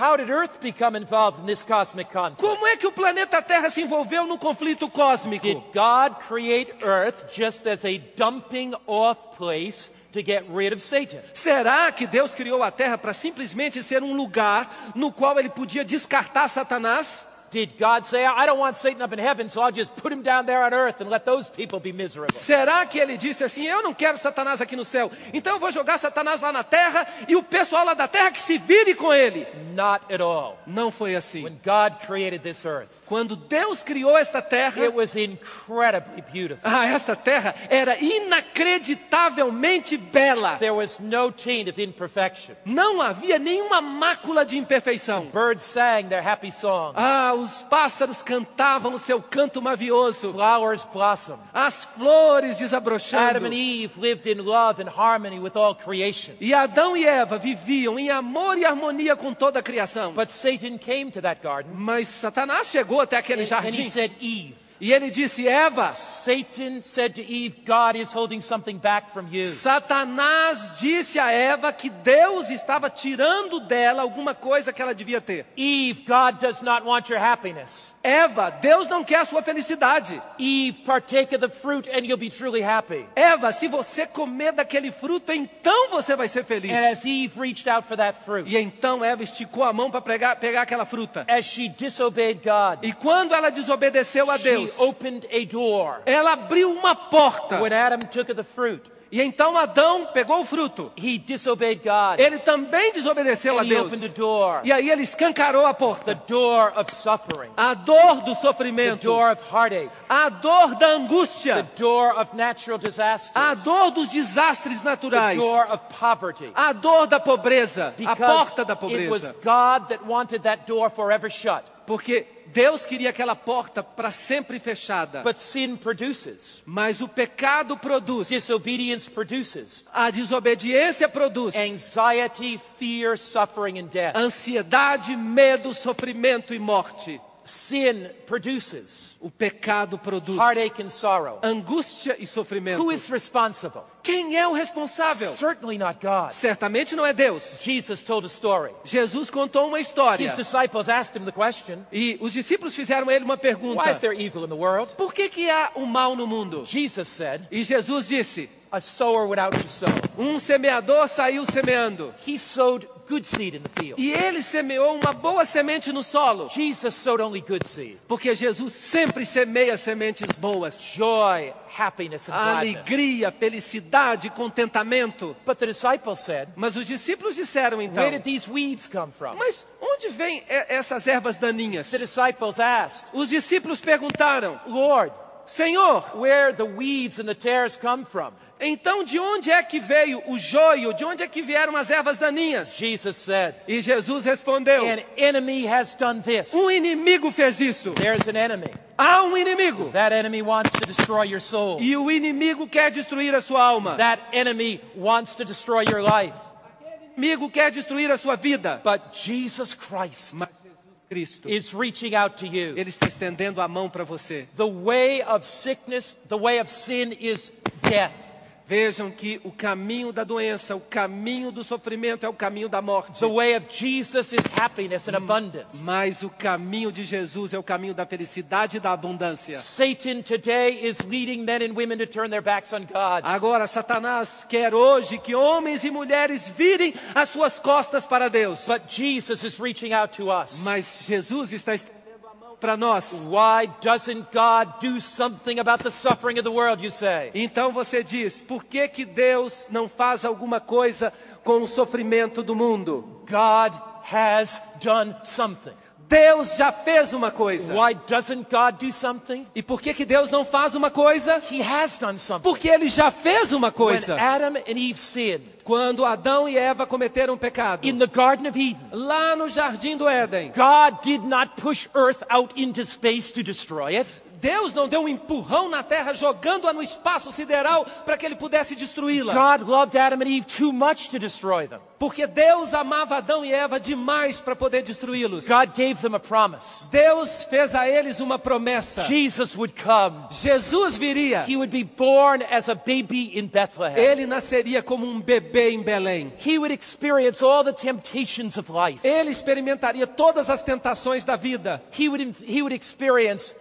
S1: How did Earth become involved in this cosmic conflict?
S2: como é que o planeta Terra se envolveu no conflito
S1: Did
S2: cósmico?
S1: God create Earth just as a dumping off place to get rid of Satan?
S2: Será que Deus criou a Terra para simplesmente ser um lugar no qual ele podia descartar Satanás?
S1: Did God say, I don't want Satan up in heaven, so I'll just put him down there on Earth and let those people be miserable?
S2: Será que ele disse assim: Eu não quero Satanás aqui no céu, então eu vou jogar Satanás lá na terra e o pessoal lá da terra que se vire com ele?
S1: Not at all.
S2: Não foi assim.
S1: When God created this Earth,
S2: Quando Deus criou esta terra,
S1: it was incredibly beautiful.
S2: ah, esta terra era inacreditavelmente bela.
S1: There was no taint of imperfection.
S2: Não havia nenhuma mácula de imperfeição.
S1: Birds sang their happy song.
S2: Ah, os pássaros cantavam o seu canto mavioso,
S1: Flowers blossomed.
S2: as flores
S1: Adam
S2: desabrochando.
S1: and Eve lived in love and harmony with all creation.
S2: E Adão e Eva viviam em amor e harmonia com toda a criação.
S1: But Satan came to that garden
S2: Mas Satanás chegou até aquele
S1: and, and he
S2: jardim
S1: said, Eve.
S2: E ele disse: Eva,
S1: Satan said to Eve, God is holding something back from you.
S2: Satanás disse a Eva que Deus estava tirando dela alguma coisa que ela devia ter.
S1: Eve, God does not want your happiness.
S2: Eva, Deus não quer a sua felicidade.
S1: Eve, partake of the fruit and you'll be truly happy.
S2: Eva, se você comer daquele fruto, então você vai ser feliz.
S1: And as Eve reached out for that fruit,
S2: E então Eva esticou a mão para pegar, pegar aquela fruta.
S1: as she disobeyed God,
S2: E quando ela desobedeceu a
S1: she
S2: Deus,
S1: opened a door.
S2: ela abriu uma porta.
S1: When Adam took of the fruit,
S2: E então Adão pegou o fruto.
S1: he disobeyed God.
S2: Ele também desobedeceu a
S1: And he
S2: Deus.
S1: opened a door.
S2: E aí ele escancarou a porta.
S1: The door of suffering.
S2: A dor do
S1: The
S2: sofrimento.
S1: door of heartache.
S2: A dor da
S1: The
S2: angústia,
S1: door of natural
S2: a
S1: disasters.
S2: dor dos desastres
S1: The
S2: naturais,
S1: door of poverty.
S2: a dor da pobreza, a
S1: Because
S2: porta da
S1: it was
S2: pobreza.
S1: God that wanted that door forever shut.
S2: Porque Deus queria aquela porta para sempre fechada.
S1: But sin produces.
S2: Mas o pecado produz,
S1: Disobedience produces.
S2: a desobediência produz
S1: Anxiety, fear, suffering, and death.
S2: ansiedade, medo, sofrimento e morte.
S1: Sin produces
S2: O pecado produz
S1: heartache and sorrow.
S2: angústia e
S1: Who
S2: sofrimento.
S1: is responsible?
S2: Quem é o responsável?
S1: Certainly not God.
S2: Certamente não é Deus.
S1: Jesus told a story.
S2: Jesus contou uma história.
S1: His disciples asked him the question
S2: E os discípulos fizeram a ele uma pergunta.
S1: Why is there evil in the world?
S2: Por que, que há o mal no um mundo?
S1: Jesus said,
S2: E Jesus disse:
S1: a sower went out to sow.
S2: Um semeador saiu semeando.
S1: He sowed good seed in the field.
S2: E ele semeou uma boa semente no solo.
S1: Jesus sowed only good seed.
S2: Porque Jesus sempre semeia sementes boas.
S1: Joy, happiness, and gladness.
S2: Alegria, felicidade, contentamento.
S1: But the disciples said,
S2: Mas os discípulos disseram então:
S1: Where did these weeds come from?
S2: Mas onde vêm e- essas ervas daninhas?
S1: The disciples asked,
S2: Os discípulos perguntaram:
S1: Lord,
S2: Senhor,
S1: where the weeds and the tares come from?
S2: então de onde é que veio o joio? De onde é que vieram as ervas daninhas?
S1: Jesus said,
S2: E Jesus respondeu:
S1: An enemy has done this.
S2: Um inimigo fez isso.
S1: There's an enemy.
S2: Há um inimigo.
S1: That enemy wants to destroy your soul.
S2: E o inimigo quer destruir a sua alma.
S1: That enemy wants to destroy your life.
S2: O inimigo quer destruir a sua vida.
S1: But Jesus Christ
S2: Mas Jesus Cristo,
S1: is reaching out to you.
S2: ele está estendendo a mão para você.
S1: The way of sickness, the way of sin is death.
S2: Vejam que o caminho da doença, o caminho do sofrimento é o caminho da morte.
S1: The way of Jesus is happiness and abundance.
S2: Mas o caminho de Jesus é o caminho da felicidade e da abundância.
S1: Satan today is leading men and women to turn their backs on God.
S2: Agora, Satanás quer hoje que homens e mulheres virem as suas costas para Deus.
S1: But Jesus is reaching out to us.
S2: Mas Jesus está estendendo a mão para nós.
S1: Why doesn't God do something about the suffering of the world, you say?
S2: Então você diz: por que, que Deus não faz alguma coisa com o sofrimento do mundo?
S1: God has done something.
S2: Deus já fez uma coisa.
S1: Why doesn't God do something?
S2: E por que, que Deus não faz uma coisa?
S1: He has done something.
S2: Porque ele já fez uma
S1: When
S2: coisa.
S1: Adam and Eve sinned
S2: Quando Adão e Eva cometeram um pecado,
S1: in the Garden of Eden,
S2: lá no jardim do Éden,
S1: God did not push earth out into space to destroy it.
S2: Deus não deu um empurrão na terra jogando-a no espaço sideral para que ele pudesse destruí-la.
S1: God loved Adam and Eve too much to destroy them.
S2: Porque Deus amava Adão e Eva demais para poder destruí-los.
S1: God gave them a promise.
S2: Deus fez a eles uma promessa.
S1: Jesus would come.
S2: Jesus viria.
S1: He would be born as a baby in Bethlehem.
S2: Ele nasceria como um bebê em Belém.
S1: He would experience all the temptations of life.
S2: Ele experimentaria todas as tentações da vida.
S1: He would, he would experience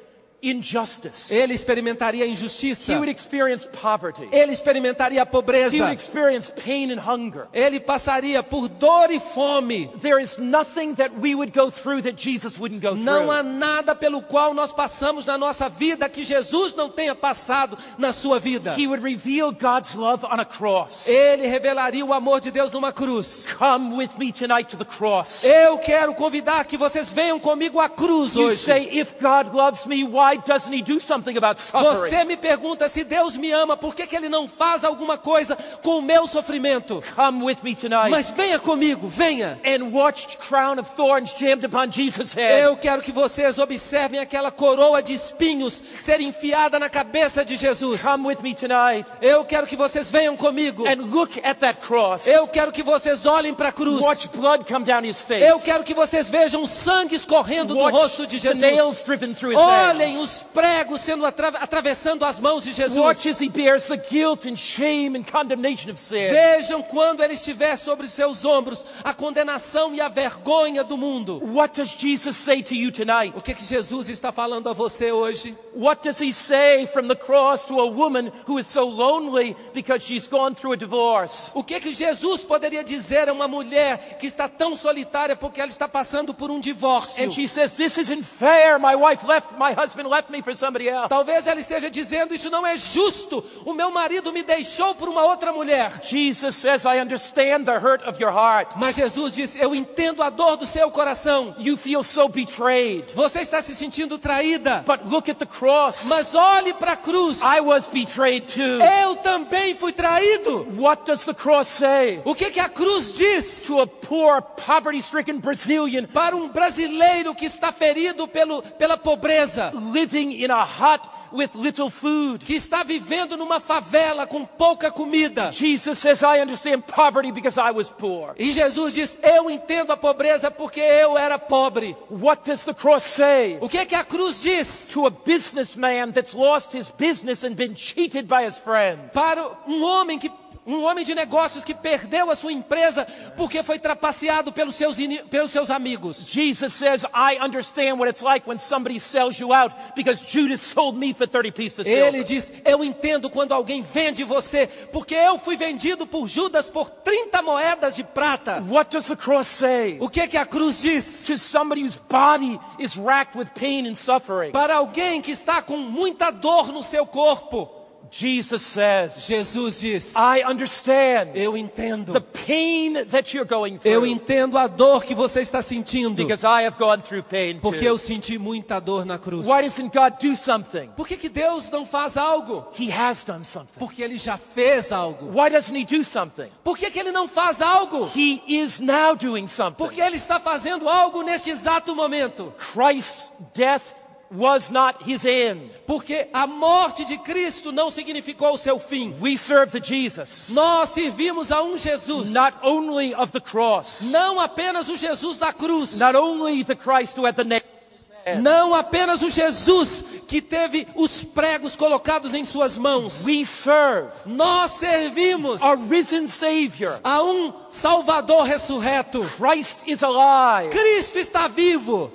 S1: injustice.
S2: Ele experimentaria a injustiça.
S1: He would experience poverty.
S2: Ele experimentaria a
S1: He would
S2: pobreza.
S1: experience pain and hunger.
S2: Ele passaria por dor e fome.
S1: There is nothing that we would go through that Jesus wouldn't go
S2: Não há
S1: through.
S2: nada pelo qual nós passamos na nossa vida que Jesus não tenha passado na sua vida.
S1: He would reveal God's love on a cross.
S2: Ele revelaria o amor de Deus numa cruz.
S1: Come with me tonight to the cross.
S2: Eu quero convidar que vocês venham comigo à cruz
S1: You
S2: hoje.
S1: say, if God loves me, why doesn't He do something about suffering?
S2: Você me pergunta se Deus me ama, por que, que Ele não faz alguma coisa com o meu sofrimento?
S1: Come with me tonight
S2: Mas venha comigo, venha.
S1: and watch crown of thorns jammed upon Jesus' head.
S2: Eu quero que vocês observem aquela coroa de espinhos ser enfiada na cabeça de Jesus.
S1: Come with me tonight
S2: Eu quero que vocês venham comigo.
S1: and look at that cross.
S2: Eu quero que vocês olhem para a cruz.
S1: Watch blood come down His face.
S2: Eu quero que vocês vejam o sangue escorrendo do
S1: Watch
S2: rosto de
S1: the nails
S2: Jesus.
S1: driven through His
S2: Olhem
S1: hands.
S2: os pregos sendo atra- atravessando as mãos de
S1: Watch as
S2: Jesus.
S1: He bears the guilt and shame and condemnation of sin.
S2: Vejam quando ele estiver sobre os seus ombros a condenação e a vergonha do mundo.
S1: What does Jesus say to you tonight?
S2: O que que Jesus está falando a você hoje?
S1: What does he say from the cross to a woman who is so lonely because she's gone through a divorce?
S2: O que que Jesus poderia dizer a uma mulher que está tão solitária porque ela está passando por um divórcio?
S1: And she says, This isn't fair. My wife left, my husband left me for somebody else.
S2: Talvez ela esteja dizendo: Isso não é justo. O meu marido me deixou por uma outra mulher.
S1: Jesus says, I understand the hurt of your heart.
S2: Mas Jesus disse: Eu entendo a dor do seu coração.
S1: You feel so betrayed.
S2: Você está se sentindo traída.
S1: But look at the cross.
S2: Mas olhe para a cruz.
S1: I was betrayed too.
S2: Eu também fui traído.
S1: What does the cross say?
S2: O que, que a cruz diz
S1: To a poor, poverty stricken Brazilian
S2: para um brasileiro que está ferido pelo, pela pobreza,
S1: living in a hut with little food.
S2: que está vivendo numa favela com pouca comida?
S1: Jesus says, I understand poverty because I was poor.
S2: E Jesus diz: Eu entendo a pobreza porque eu era pobre.
S1: What does the cross say?
S2: O que, que a cruz diz?
S1: To a businessman that's lost his business and been cheated by his friends.
S2: para um homem que um homem de negócios que perdeu a sua empresa porque foi trapaceado pelos seus, ini- pelos seus amigos.
S1: Jesus says, I understand what it's like when somebody sells you out because Judas sold me for 30 pieces of silver.
S2: Ele diz: Eu entendo quando alguém vende você, porque eu fui vendido por Judas por 30 moedas de prata.
S1: What does the cross say?
S2: O que que a cruz diz?
S1: To somebody whose body is racked with pain and suffering,
S2: Para alguém que está com muita dor no seu corpo,
S1: Jesus says,
S2: Jesus diz:
S1: I understand
S2: Eu
S1: the
S2: entendo.
S1: pain that you're going
S2: Eu
S1: through
S2: entendo a dor que você está sentindo,
S1: because I have gone through pain.
S2: porque
S1: Too.
S2: eu senti muita dor na cruz.
S1: Why doesn't God do something?
S2: Por que, que Deus não faz algo?
S1: He has done something.
S2: Porque ele já fez algo.
S1: Why doesn't He do something?
S2: Por que, que ele não faz algo?
S1: He is now doing
S2: Porque
S1: something.
S2: ele está fazendo algo neste exato momento.
S1: Christ's death was not His end.
S2: Porque a morte de Cristo não significou o seu fim.
S1: We serve the Jesus,
S2: Nós servimos a um Jesus,
S1: not only of the cross,
S2: não apenas o Jesus da cruz,
S1: not only the Christ who had the neck,
S2: não apenas o Jesus que teve os pregos colocados em suas mãos.
S1: we serve
S2: Nós servimos
S1: our risen Savior.
S2: a um Salvador ressurreto.
S1: Christ is alive.
S2: Cristo está vivo.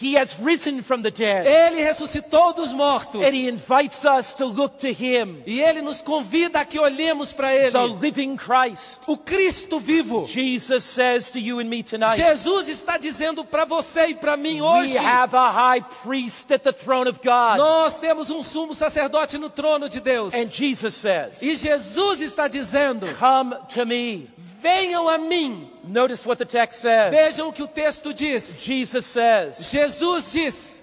S1: He has risen from the dead.
S2: Ele ressuscitou dos mortos.
S1: And he invites us to look to him,
S2: E ele nos convida a que olhemos para ele.
S1: the living Christ.
S2: O Cristo vivo.
S1: Jesus says to you and me tonight,
S2: Jesus está dizendo para você e para mim
S1: we
S2: hoje.
S1: have a high priest at the throne of God.
S2: Nós temos um sumo sacerdote no trono de Deus.
S1: And Jesus says,
S2: E Jesus está dizendo:
S1: come to me.
S2: venham a mim.
S1: Notice what the text says.
S2: Vejam o que o texto diz.
S1: Jesus says,
S2: Jesus diz: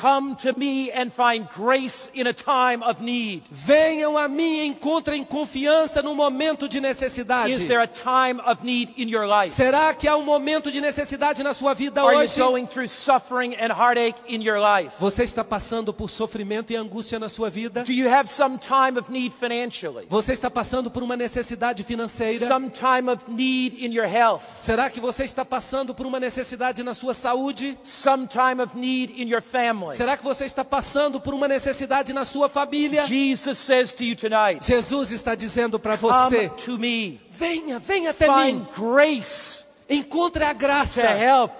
S1: come to me and find grace in a time of need.
S2: venham a mim e encontrem confiança no momento de necessidade.
S1: Is there a time of need in your life?
S2: Será que há um momento de necessidade na sua vida
S1: Are you
S2: hoje?
S1: going through suffering and heartache in your life?
S2: Você está passando por sofrimento e angústia na sua vida?
S1: Do you have some time of need financially?
S2: Você está passando por uma necessidade financeira?
S1: Some time of need in your health?
S2: Será que você está passando por uma necessidade na sua saúde?
S1: Some time of need in your family?
S2: Será que você está passando por uma necessidade na sua família?
S1: Jesus says to you tonight,
S2: Jesus está dizendo para você:
S1: come to me.
S2: venha, venha até mim,
S1: Find grace
S2: encontre a
S1: to
S2: graça
S1: help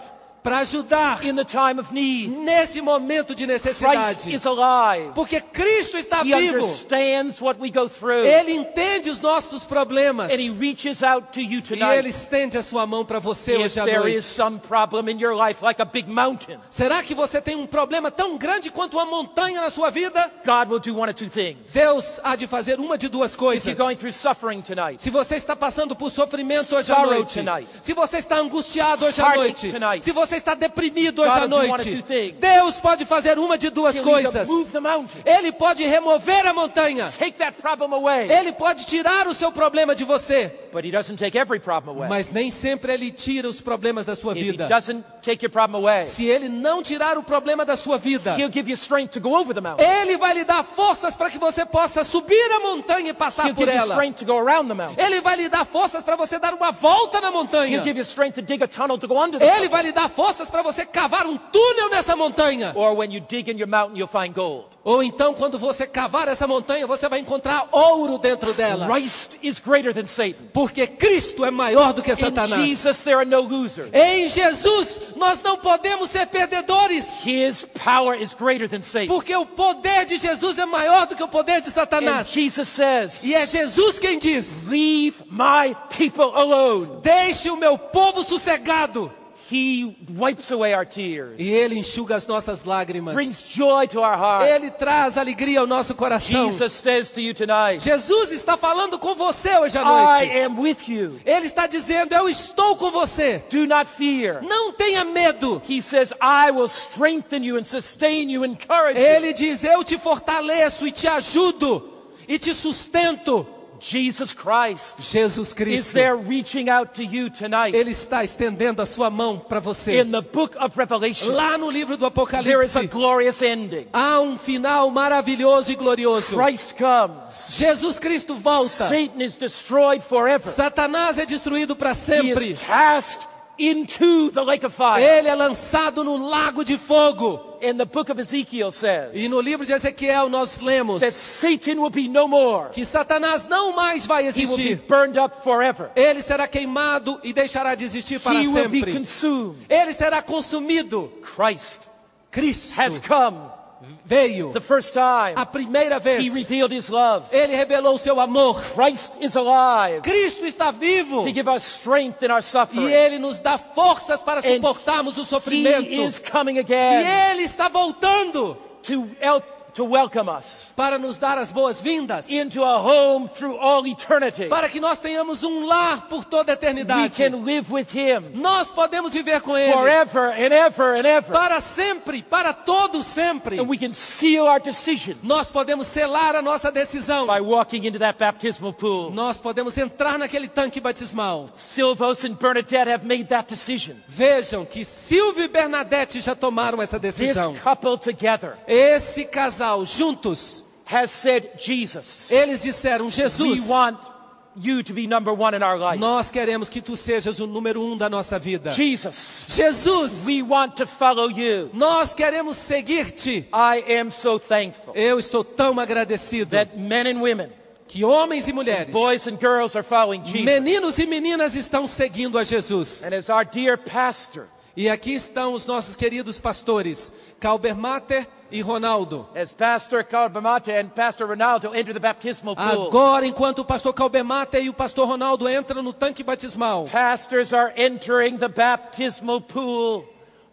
S2: para ajudar
S1: in the time of need.
S2: nesse momento de
S1: Christ
S2: necessidade,
S1: is alive.
S2: porque Cristo está
S1: He
S2: vivo,
S1: understands what we go through.
S2: Ele entende os nossos problemas
S1: And he
S2: e
S1: reaches out to you
S2: Ele
S1: tonight.
S2: estende a sua mão para você
S1: If
S2: hoje à
S1: there is
S2: noite.
S1: some problem in your life, like a big mountain,
S2: Será que você tem um problema tão grande quanto uma montanha na sua vida?
S1: God will do one of two things.
S2: Deus há de fazer uma de duas
S1: If you're
S2: coisas.
S1: going through suffering tonight,
S2: Se você está passando por sofrimento hoje à
S1: Sorrow
S2: noite,
S1: tonight.
S2: se você está angustiado hoje à
S1: Heartache
S2: noite,
S1: tonight.
S2: se você está deprimido hoje
S1: God
S2: à
S1: will do one
S2: noite,
S1: of two things.
S2: Deus pode fazer uma de duas
S1: he'll either
S2: coisas.
S1: move the mountain,
S2: Ele pode remover a montanha,
S1: take that problem away,
S2: ele pode tirar o seu problema de você,
S1: but he doesn't take every problem away.
S2: mas nem sempre ele tira os problemas da sua
S1: If he
S2: vida.
S1: doesn't take your problem away,
S2: Se ele não tirar o problema da sua vida,
S1: he'll give you strength to go over the mountain.
S2: ele vai lhe dar forças para que você possa subir a montanha e passar
S1: He'll
S2: por
S1: give you
S2: ela.
S1: strength to go around the mountain.
S2: Ele vai lhe dar forças para você dar uma volta na montanha.
S1: He'll give you strength to dig a tunnel to go under the mountain.
S2: Ele vai lhe dar forças para você cavar um túnel nessa montanha.
S1: Or when you dig in your mountain, you'll find gold.
S2: Ou então, quando você cavar essa montanha, você vai encontrar ouro dentro dela.
S1: Christ is greater than Satan.
S2: Porque Cristo é maior do que
S1: In
S2: Satanás.
S1: Jesus, there are no losers.
S2: Em Jesus, nós não podemos ser perdedores.
S1: His power is greater than Satan.
S2: Porque o poder de Jesus é maior do que o poder de
S1: And
S2: Satanás.
S1: Jesus says,
S2: E é Jesus quem diz:
S1: Leave my people alone.
S2: Deixe o meu povo sossegado.
S1: He wipes away our tears,
S2: E ele enxuga as nossas lágrimas.
S1: brings joy to our heart.
S2: Ele traz alegria ao nosso coração.
S1: Jesus says to you tonight,
S2: Jesus está falando com você hoje à
S1: I
S2: noite.
S1: am with you.
S2: Ele está dizendo: Eu estou com você.
S1: Do not fear.
S2: Não tenha medo.
S1: He says, I will strengthen you and sustain you, encourage you.
S2: Ele diz: Eu te fortaleço e te ajudo e te sustento.
S1: Jesus Christ
S2: Jesus
S1: is
S2: Cristo,
S1: there reaching out to you tonight.
S2: ele está estendendo a sua mão para você.
S1: In the book of Revelation,
S2: Lá no livro do
S1: there is a
S2: Apocalipse
S1: glorious ending.
S2: há um final maravilhoso e glorioso.
S1: Christ comes.
S2: Jesus Cristo volta.
S1: Satan is destroyed forever.
S2: Satanás é destruído para
S1: He
S2: sempre.
S1: is cast into the lake of fire.
S2: Ele é lançado no lago de fogo.
S1: And the book of Ezekiel
S2: E
S1: says
S2: no livro de Ezequiel nós lemos
S1: that Satan will be no more.
S2: que Satanás não mais vai
S1: He will be
S2: existir.
S1: burned up forever.
S2: Ele será queimado e deixará de existir para
S1: He will be
S2: sempre.
S1: consumed.
S2: Ele será consumido.
S1: Christ
S2: Cristo
S1: has come
S2: veio
S1: the first time.
S2: a primeira
S1: He
S2: vez.
S1: revealed his love.
S2: Ele revelou o seu amor.
S1: Christ is alive
S2: Cristo está vivo
S1: to give us strength in our
S2: e
S1: suffering.
S2: ele nos dá forças para suportarmos o
S1: He
S2: sofrimento.
S1: is coming
S2: E
S1: again
S2: ele está voltando
S1: to, el- to welcome us
S2: para nos dar as boas-vindas,
S1: into a home through all eternity.
S2: para que nós tenhamos um lar por toda a
S1: We
S2: eternidade.
S1: can live with him
S2: Nós podemos viver com ele
S1: forever and ever and ever.
S2: para sempre, para todo sempre.
S1: And we can seal our decision
S2: Nós podemos selar a nossa decisão.
S1: by walking into that baptismal pool.
S2: Nós podemos entrar naquele tanque batismal.
S1: Silvos and Bernadette have made that decision.
S2: Vejam que Silvio e Bernadette já tomaram essa
S1: This
S2: decisão.
S1: couple together
S2: Esse casal, juntos,
S1: has said, Jesus,
S2: eles disseram:
S1: we
S2: Jesus,
S1: want you to be number one in our life.
S2: Nós queremos que tu sejas o número um da nossa vida.
S1: Jesus,
S2: Jesus,
S1: we want to follow you.
S2: nós queremos seguir-te.
S1: I am so thankful
S2: Eu estou tão agradecido
S1: that men and women,
S2: que homens e mulheres,
S1: boys and girls are following Jesus.
S2: meninos e meninas estão seguindo a Jesus.
S1: And as our dear pastor
S2: E aqui estão os nossos queridos pastores, Calber Mater e Ronaldo.
S1: As Pastor Carbamata and Pastor Ronaldo enter the baptismal
S2: Ah,
S1: pool,
S2: Agora, enquanto o pastor Calber Mater e o pastor Ronaldo entram no tanque batismal,
S1: pastors are entering the baptismal pool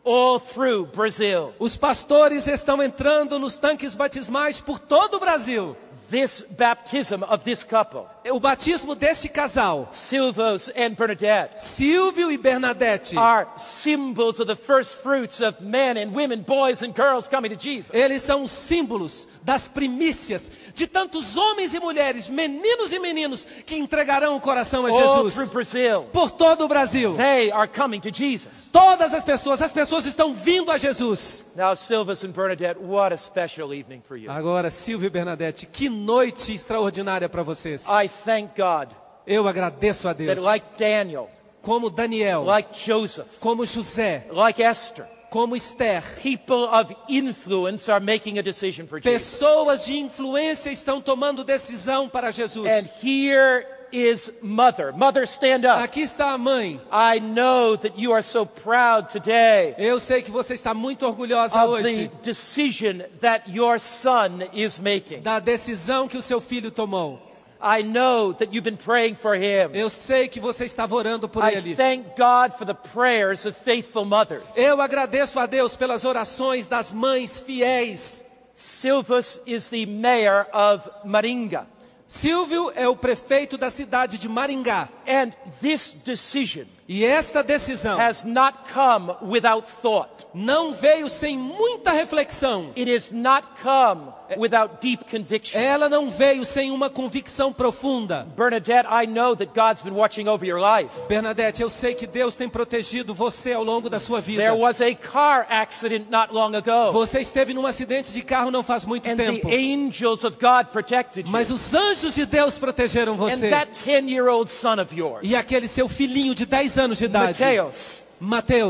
S1: all through Brazil.
S2: os pastores estão entrando nos tanques batismais por todo o Brasil.
S1: This baptism of this couple,
S2: O batismo deste casal
S1: Silvos and Bernadette,
S2: Silvio e Bernadette,
S1: are symbols of the first fruits of men and women, boys and girls coming to Jesus.
S2: eles são os símbolos das primícias de tantos homens e mulheres, meninos e meninos que entregarão o coração a
S1: All through
S2: Jesus
S1: Brazil,
S2: por todo o Brasil.
S1: they are coming to Jesus.
S2: Todas as pessoas, as pessoas estão vindo a Jesus.
S1: Now, Silvos and Bernadette, what a special evening for you.
S2: Agora, Silvio e Bernadette, que noite extraordinária para vocês.
S1: I thank God
S2: Eu agradeço a
S1: that,
S2: Deus.
S1: like Daniel,
S2: Como Daniel,
S1: like Joseph,
S2: como José,
S1: like Esther,
S2: como Esther,
S1: People of influence are making a decision for Jesus.
S2: pessoas de influência estão tomando decisão para Jesus.
S1: And here is Mother. Mother, stand up.
S2: Aqui está a mãe.
S1: I know that you are so proud today
S2: Eu sei que você está muito orgulhosa
S1: of the
S2: hoje
S1: decision that your son is making.
S2: da decisão que o seu filho tomou.
S1: I know that you've been praying for him.
S2: Eu sei que você estava orando por
S1: I
S2: ele.
S1: thank God for the prayers of faithful mothers.
S2: Eu agradeço a Deus pelas orações das mães fiéis.
S1: Silvus is the mayor of Maringa.
S2: Silvio é o prefeito da cidade de Maringá.
S1: And this decision
S2: E esta decisão
S1: has not come without thought.
S2: não veio sem muita reflexão.
S1: It has not come
S2: Eh.
S1: without deep conviction.
S2: Ela não veio sem uma convicção profunda.
S1: Bernadette, I know that God's been watching over your life.
S2: Bernadette, eu sei que Deus tem protegido você ao longo da sua vida.
S1: There was a car accident not long ago,
S2: Você esteve num acidente de carro não faz muito
S1: and the
S2: tempo.
S1: angels of God protected you.
S2: Mas os anjos de Deus protegeram
S1: And
S2: você.
S1: that 10 year old son of yours,
S2: E aquele seu filhinho de 10 anos de idade,
S1: Mateos,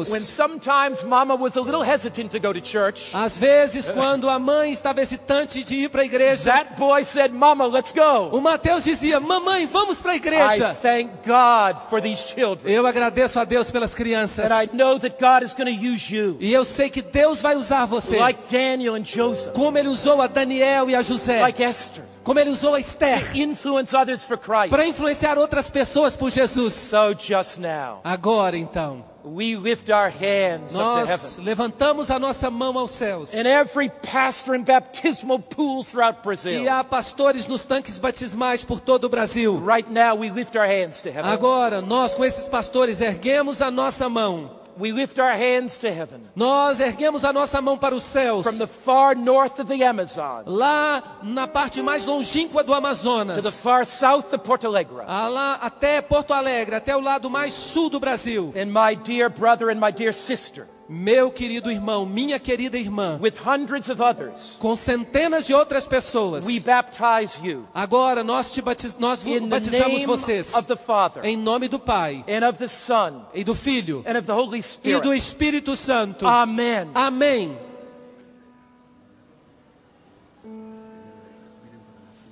S1: when
S2: Mateus.
S1: sometimes mama was a little hesitant to go to church,
S2: Às vezes, quando a mãe estava hesitante de ir para a igreja,
S1: that boy said, Mama, let's go.
S2: o Mateus dizia: Mamãe, vamos para a
S1: I
S2: igreja.
S1: thank God for these children.
S2: Eu agradeço a Deus pelas crianças.
S1: And I know that God is going to use you,
S2: E eu sei que Deus vai usar você,
S1: like Daniel and Joseph,
S2: como ele usou a Daniel e a José,
S1: like Esther,
S2: como ele usou a Esther,
S1: to influence others for Christ.
S2: para influenciar outras pessoas por Jesus.
S1: So just now,
S2: Agora então,
S1: we lift our hands up to
S2: nós
S1: heaven. é
S2: levantamos a nossa mão aos céus.
S1: And every pastor in baptismal pools throughout
S2: E
S1: Brazil,
S2: há pastores nos tanques batismais por todo o Brasil.
S1: right now we lift our hands to heaven.
S2: Agora, nós com esses pastores erguemos a nossa mão.
S1: We lift our hands to heaven
S2: Nós erguemos a nossa mão para os céus.
S1: from the far north of the Amazon
S2: Lá na parte mais longínqua do
S1: to the
S2: Amazonas.
S1: far south of Porto Alegre.
S2: Ah, Lá até Porto Alegre, até o lado mais sul do Brasil.
S1: And my dear brother and my dear sister,
S2: Meu querido irmão, minha querida irmã,
S1: with hundreds of others.
S2: com centenas de outras pessoas,
S1: We baptize you
S2: agora nós, te batiz, nós
S1: in the
S2: batizamos
S1: name
S2: vocês
S1: of the Father
S2: em nome do Pai
S1: and of the Son
S2: e do Filho
S1: and of the Holy
S2: e do
S1: Spirit. Ah.
S2: Espírito Santo.
S1: Amen.
S2: Amém.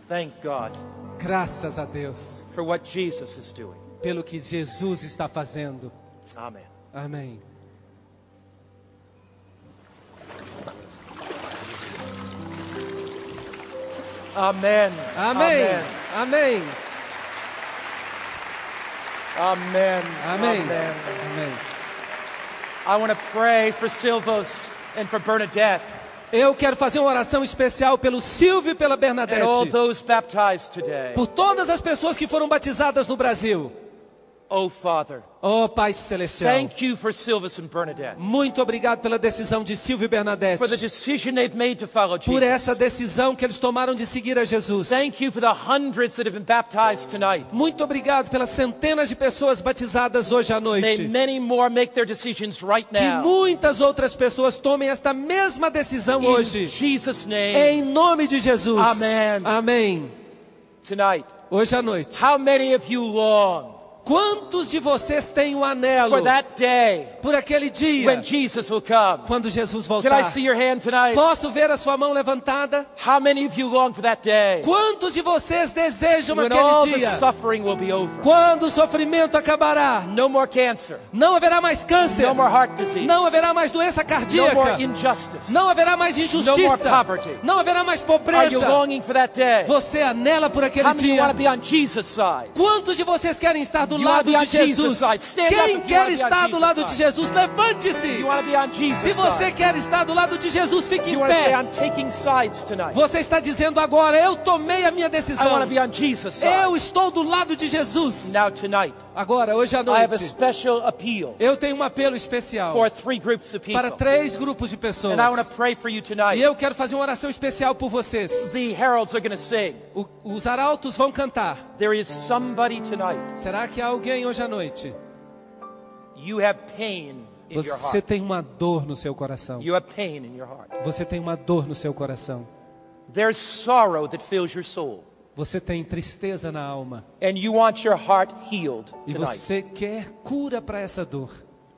S1: Thank God
S2: Graças a Deus
S1: for what Jesus is doing.
S2: pelo que Jesus está fazendo.
S1: Amen.
S2: Amém.
S1: Amen.
S2: Amém.
S1: Amen.
S2: Amém.
S1: Amen.
S2: Amém.
S1: Amen.
S2: Amém.
S1: I want to pray for Silvos and for Bernadette
S2: Eu quero fazer uma oração especial pelo Silvio e
S1: and
S2: pela
S1: all
S2: Bernadette.
S1: those baptized today.
S2: Por todas as pessoas que foram batizadas no Brasil.
S1: Oh, Father,
S2: Oh, Pai Celestial.
S1: thank you for Silvos and Bernadette,
S2: Muito obrigado pela decisão de Silvio e
S1: for the
S2: Bernadette.
S1: decision they've made to follow
S2: Por essa
S1: Jesus.
S2: decisão que eles tomaram de seguir a Jesus.
S1: Thank you for the hundreds that have been baptized tonight.
S2: Muito obrigado pelas centenas de pessoas batizadas hoje à
S1: May
S2: noite.
S1: many more make their decisions right
S2: Que
S1: now.
S2: muitas outras pessoas tomem esta mesma decisão
S1: In
S2: hoje.
S1: Jesus' name,
S2: Em nome de Jesus.
S1: Amém.
S2: Amém.
S1: tonight.
S2: Hoje à noite.
S1: How many of you long
S2: Quantos de vocês têm o anelo
S1: for that day
S2: por aquele dia
S1: when Jesus will come?
S2: quando Jesus
S1: Can I
S2: voltar?
S1: see your hand tonight?
S2: Posso ver a sua mão levantada?
S1: How many of you long for that day
S2: Quantos de vocês desejam
S1: when all
S2: aquele
S1: the
S2: dia?
S1: suffering will be over?
S2: Quando o sofrimento acabará,
S1: No more cancer.
S2: não haverá mais câncer,
S1: No more heart disease.
S2: não haverá mais doença
S1: No more
S2: cardíaca,
S1: injustice.
S2: não haverá mais
S1: No more
S2: injustiça,
S1: poverty.
S2: não haverá mais
S1: Are you
S2: pobreza.
S1: longing for that day?
S2: Você anela por aquele
S1: How many want
S2: dia.
S1: to be on Jesus' side?
S2: Quantos de vocês querem estar do
S1: You
S2: lado
S1: wanna
S2: de
S1: be on Jesus'
S2: Jesus?
S1: side. Stand up if
S2: Quem
S1: you
S2: quer
S1: wanna be on
S2: estar do
S1: Jesus'
S2: lado de
S1: side.
S2: Jesus, levante-se.
S1: You want to be on
S2: Se
S1: Jesus'
S2: você
S1: side?
S2: quer estar do lado de Jesus, fique
S1: You
S2: em
S1: want to say,
S2: pé.
S1: I'm taking sides tonight.
S2: Você está dizendo agora, eu tomei a minha
S1: I
S2: decisão.
S1: want to be on Jesus'
S2: Eu
S1: side.
S2: estou do lado de Jesus.
S1: Now tonight,
S2: Agora, hoje à
S1: I have a
S2: noite,
S1: special appeal
S2: eu tenho um apelo especial
S1: for three groups of
S2: para
S1: people.
S2: três grupos de pessoas.
S1: And I want to pray for you
S2: E
S1: tonight.
S2: eu quero fazer uma oração especial por vocês.
S1: The heralds are going to sing.
S2: O- os arautos vão cantar.
S1: There is somebody tonight.
S2: Será que há alguém hoje à noite?
S1: You have pain in your
S2: Você
S1: heart.
S2: tem uma dor no seu coração.
S1: You have pain in your heart.
S2: Você tem uma dor no seu coração.
S1: There's sorrow that fills your soul.
S2: Você tem tristeza na alma.
S1: And you want your heart healed
S2: E
S1: tonight.
S2: você quer cura para essa dor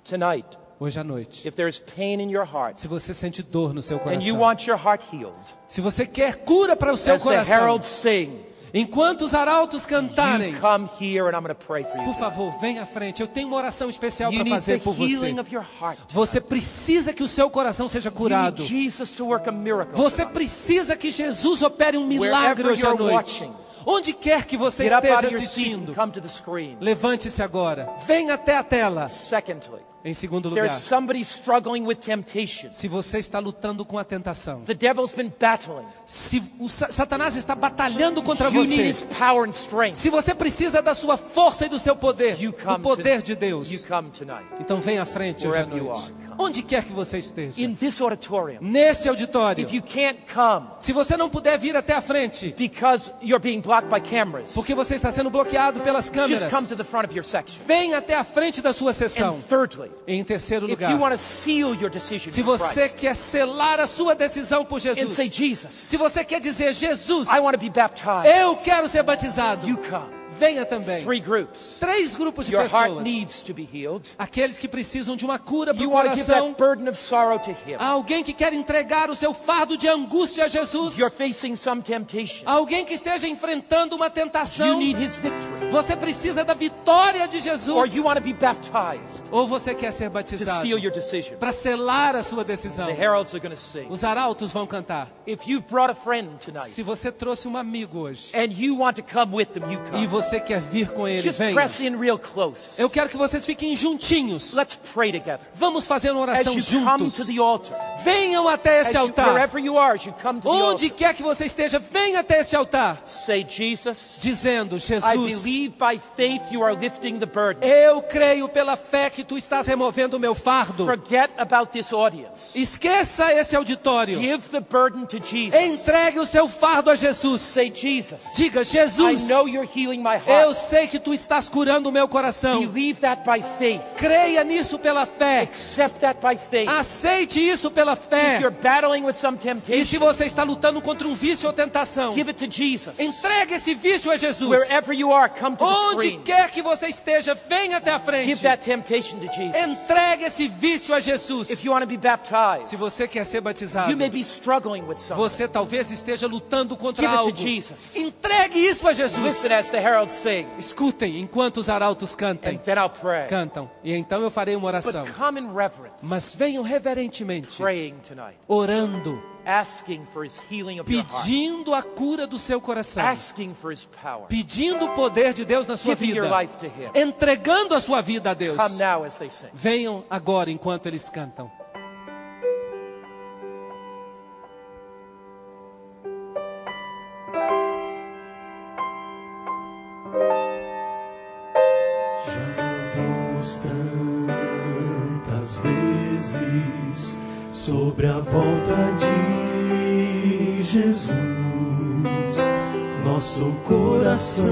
S1: Tonight,
S2: hoje à noite.
S1: if there's pain in your heart,
S2: Se você sente dor no seu
S1: and you
S2: coração.
S1: want your heart healed,
S2: Se você quer cura para o seu
S1: as the
S2: coração.
S1: heralds sing,
S2: Enquanto os arautos cantarem.
S1: you come here and I'm going to pray for
S2: Por
S1: you.
S2: favor, venha à frente. Eu tenho uma oração especial
S1: You
S2: para
S1: need the
S2: fazer por você.
S1: healing of your heart.
S2: Você precisa que o seu coração seja
S1: You
S2: curado.
S1: need Jesus to work a miracle.
S2: Você
S1: tonight.
S2: precisa que Jesus opere um milagre
S1: Wherever
S2: hoje à
S1: you're
S2: noite.
S1: watching,
S2: Onde quer que você
S1: Get up out
S2: esteja
S1: of your seat and
S2: assistindo,
S1: come to the screen.
S2: levante-se agora. Venha até a tela.
S1: Secondly,
S2: Em segundo lugar,
S1: there's somebody struggling with temptation.
S2: se você está lutando com a tentação,
S1: The devil's been battling.
S2: se o sa- Satanás está batalhando contra
S1: You need
S2: você,
S1: his power and strength.
S2: se você precisa da sua força e do seu poder,
S1: You
S2: do
S1: come
S2: poder
S1: to-
S2: de
S1: You
S2: Deus,
S1: come tonight.
S2: então venha à frente hoje à
S1: Wherever you
S2: noite.
S1: are, come.
S2: Onde quer que você esteja,
S1: In this auditorium,
S2: nesse auditório,
S1: if you can't come
S2: Se você não puder vir até a frente,
S1: because you're being blocked by cameras,
S2: porque você está sendo bloqueado pelas
S1: just come
S2: câmeras,
S1: to the front of your section.
S2: vem até a frente da sua sessão.
S1: And thirdly,
S2: Em terceiro
S1: if
S2: lugar,
S1: you want to seal your decision
S2: se
S1: with
S2: você
S1: Christ
S2: quer selar a sua decisão por
S1: and
S2: Jesus,
S1: say,
S2: se
S1: Jesus,
S2: você quer dizer, Jesus,
S1: I want to be baptized,
S2: eu quero ser batizado,
S1: you come.
S2: venha também.
S1: Three groups.
S2: Três grupos de
S1: Your heart
S2: pessoas.
S1: needs to be healed.
S2: Aqueles que precisam de uma cura para
S1: You
S2: o
S1: want to give
S2: coração.
S1: that burden of sorrow to Him.
S2: Há alguém que quer entregar o seu fardo de angústia a Jesus.
S1: You're facing some temptation.
S2: Há Alguém que esteja enfrentando uma
S1: You
S2: tentação.
S1: need His victory.
S2: Você precisa da vitória de
S1: Or
S2: Jesus.
S1: you want to be baptized
S2: Ou você quer ser
S1: to
S2: batizado
S1: seal your decision.
S2: para selar a sua decisão?
S1: The heralds are going to sing.
S2: Os arautos vão cantar.
S1: If you've brought a friend tonight
S2: Se você trouxe um amigo hoje
S1: and you want to come with them, you
S2: e
S1: come.
S2: você quer vir com ele,
S1: Just
S2: venha.
S1: press in real close.
S2: Eu quero que vocês fiquem juntinhos.
S1: Let's pray together.
S2: Vamos fazer uma
S1: As
S2: oração
S1: you come to
S2: juntos.
S1: the altar,
S2: Venham até
S1: as
S2: esse
S1: you,
S2: altar.
S1: wherever you are, as you come to the
S2: Onde
S1: altar,
S2: quer que você esteja, venha até esse altar,
S1: say, Jesus,
S2: dizendo:
S1: I
S2: Jesus,
S1: believe by faith you are lifting the burden.
S2: Eu creio pela fé que tu estás removendo o meu fardo.
S1: Forget about this audience.
S2: Esqueça esse auditório.
S1: Give the burden to Jesus.
S2: Entregue o seu fardo a Jesus.
S1: Say, Jesus,
S2: Diga,
S1: I
S2: Jesus,
S1: know you're healing my
S2: eu
S1: heart.
S2: sei que tu estás curando o meu coração.
S1: Believe that by faith.
S2: Creia nisso pela fé.
S1: Accept that by faith.
S2: Aceite isso pela
S1: If you're
S2: fé.
S1: battling with some
S2: E se
S1: temptation,
S2: você está lutando contra um vício ou tentação,
S1: give it to Jesus.
S2: entregue esse vício a Jesus.
S1: Wherever you are, come to the
S2: Onde
S1: screen.
S2: quer que você esteja, venha até a
S1: Give
S2: frente.
S1: that temptation to Jesus.
S2: Entregue esse vício a Jesus.
S1: If you want to be
S2: Se
S1: baptized,
S2: você quer ser batizado,
S1: you may be struggling with something.
S2: você talvez esteja lutando contra
S1: Give it to
S2: algo.
S1: Jesus.
S2: Entregue isso a Jesus.
S1: Listen as the heralds sing,
S2: Escutem enquanto os arautos
S1: and
S2: cantem.
S1: then I'll pray.
S2: Cantam. E então eu farei uma oração.
S1: But come in reverence,
S2: Mas venham reverentemente,
S1: praying tonight,
S2: orando,
S1: asking for his healing of your heart,
S2: pedindo a cura do seu coração,
S1: asking for his power.
S2: pedindo o poder de Deus na sua
S1: Giving
S2: vida,
S1: your life to him.
S2: entregando a sua vida a Deus.
S1: Come now as they sing.
S2: Venham agora enquanto eles cantam.
S3: Vamos tantas vezes sobre a volta de Jesus, nosso coração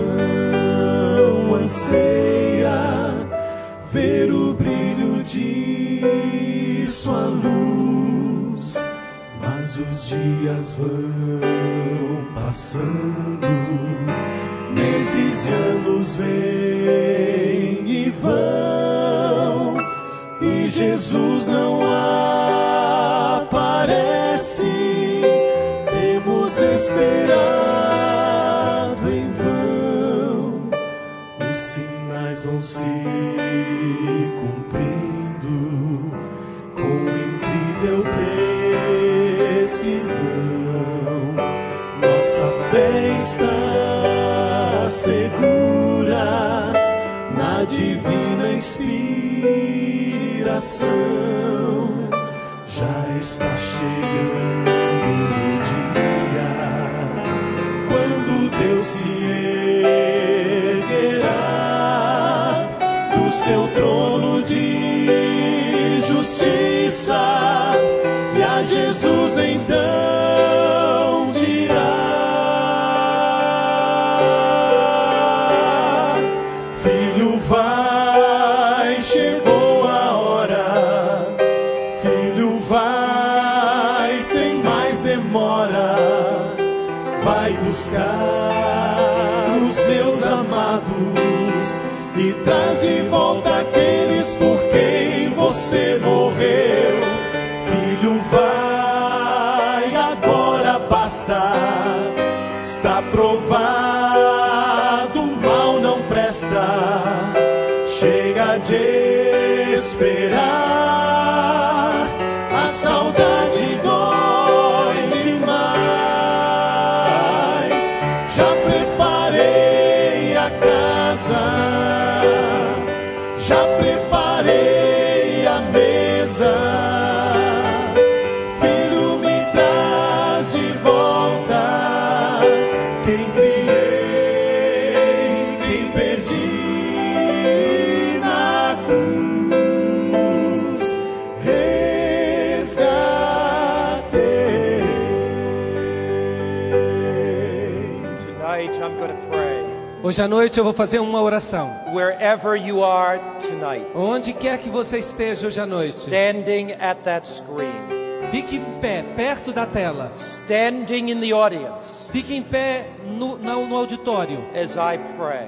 S3: anseia ver o brilho de sua luz, mas os dias vão passando. Meses e anos vêm e vão, e Jesus não aparece. Temos esperado em vão, os sinais vão se cumprindo com incrível precisão. Nossa fé está segura na divina inspiração. Já está chegando o dia quando Deus se erguerá do seu trono de justiça e a Jesus então dirá: Filho, vai, chegou a hora. Filho, vai, sem mais demora vai buscar os meus amados e traz de volta aqueles por quem você morreu. Filho, vai, agora basta, está provado, o mal não presta, chega de esperar, a saudade dói demais. Já preparei a casa, já preparei a mesa. Filho, me traz de volta quem criei, quem perdi na cruz. Resgatei.
S1: Tonight I'm going to pray.
S2: Hoje à noite eu vou fazer uma oração.
S1: Wherever you are tonight,
S2: Onde quer que você esteja hoje à noite,
S1: standing at that screen,
S2: fique em pé, perto da tela.
S1: standing in the audience
S2: Fique em pé no, na- no auditório.
S1: as I pray.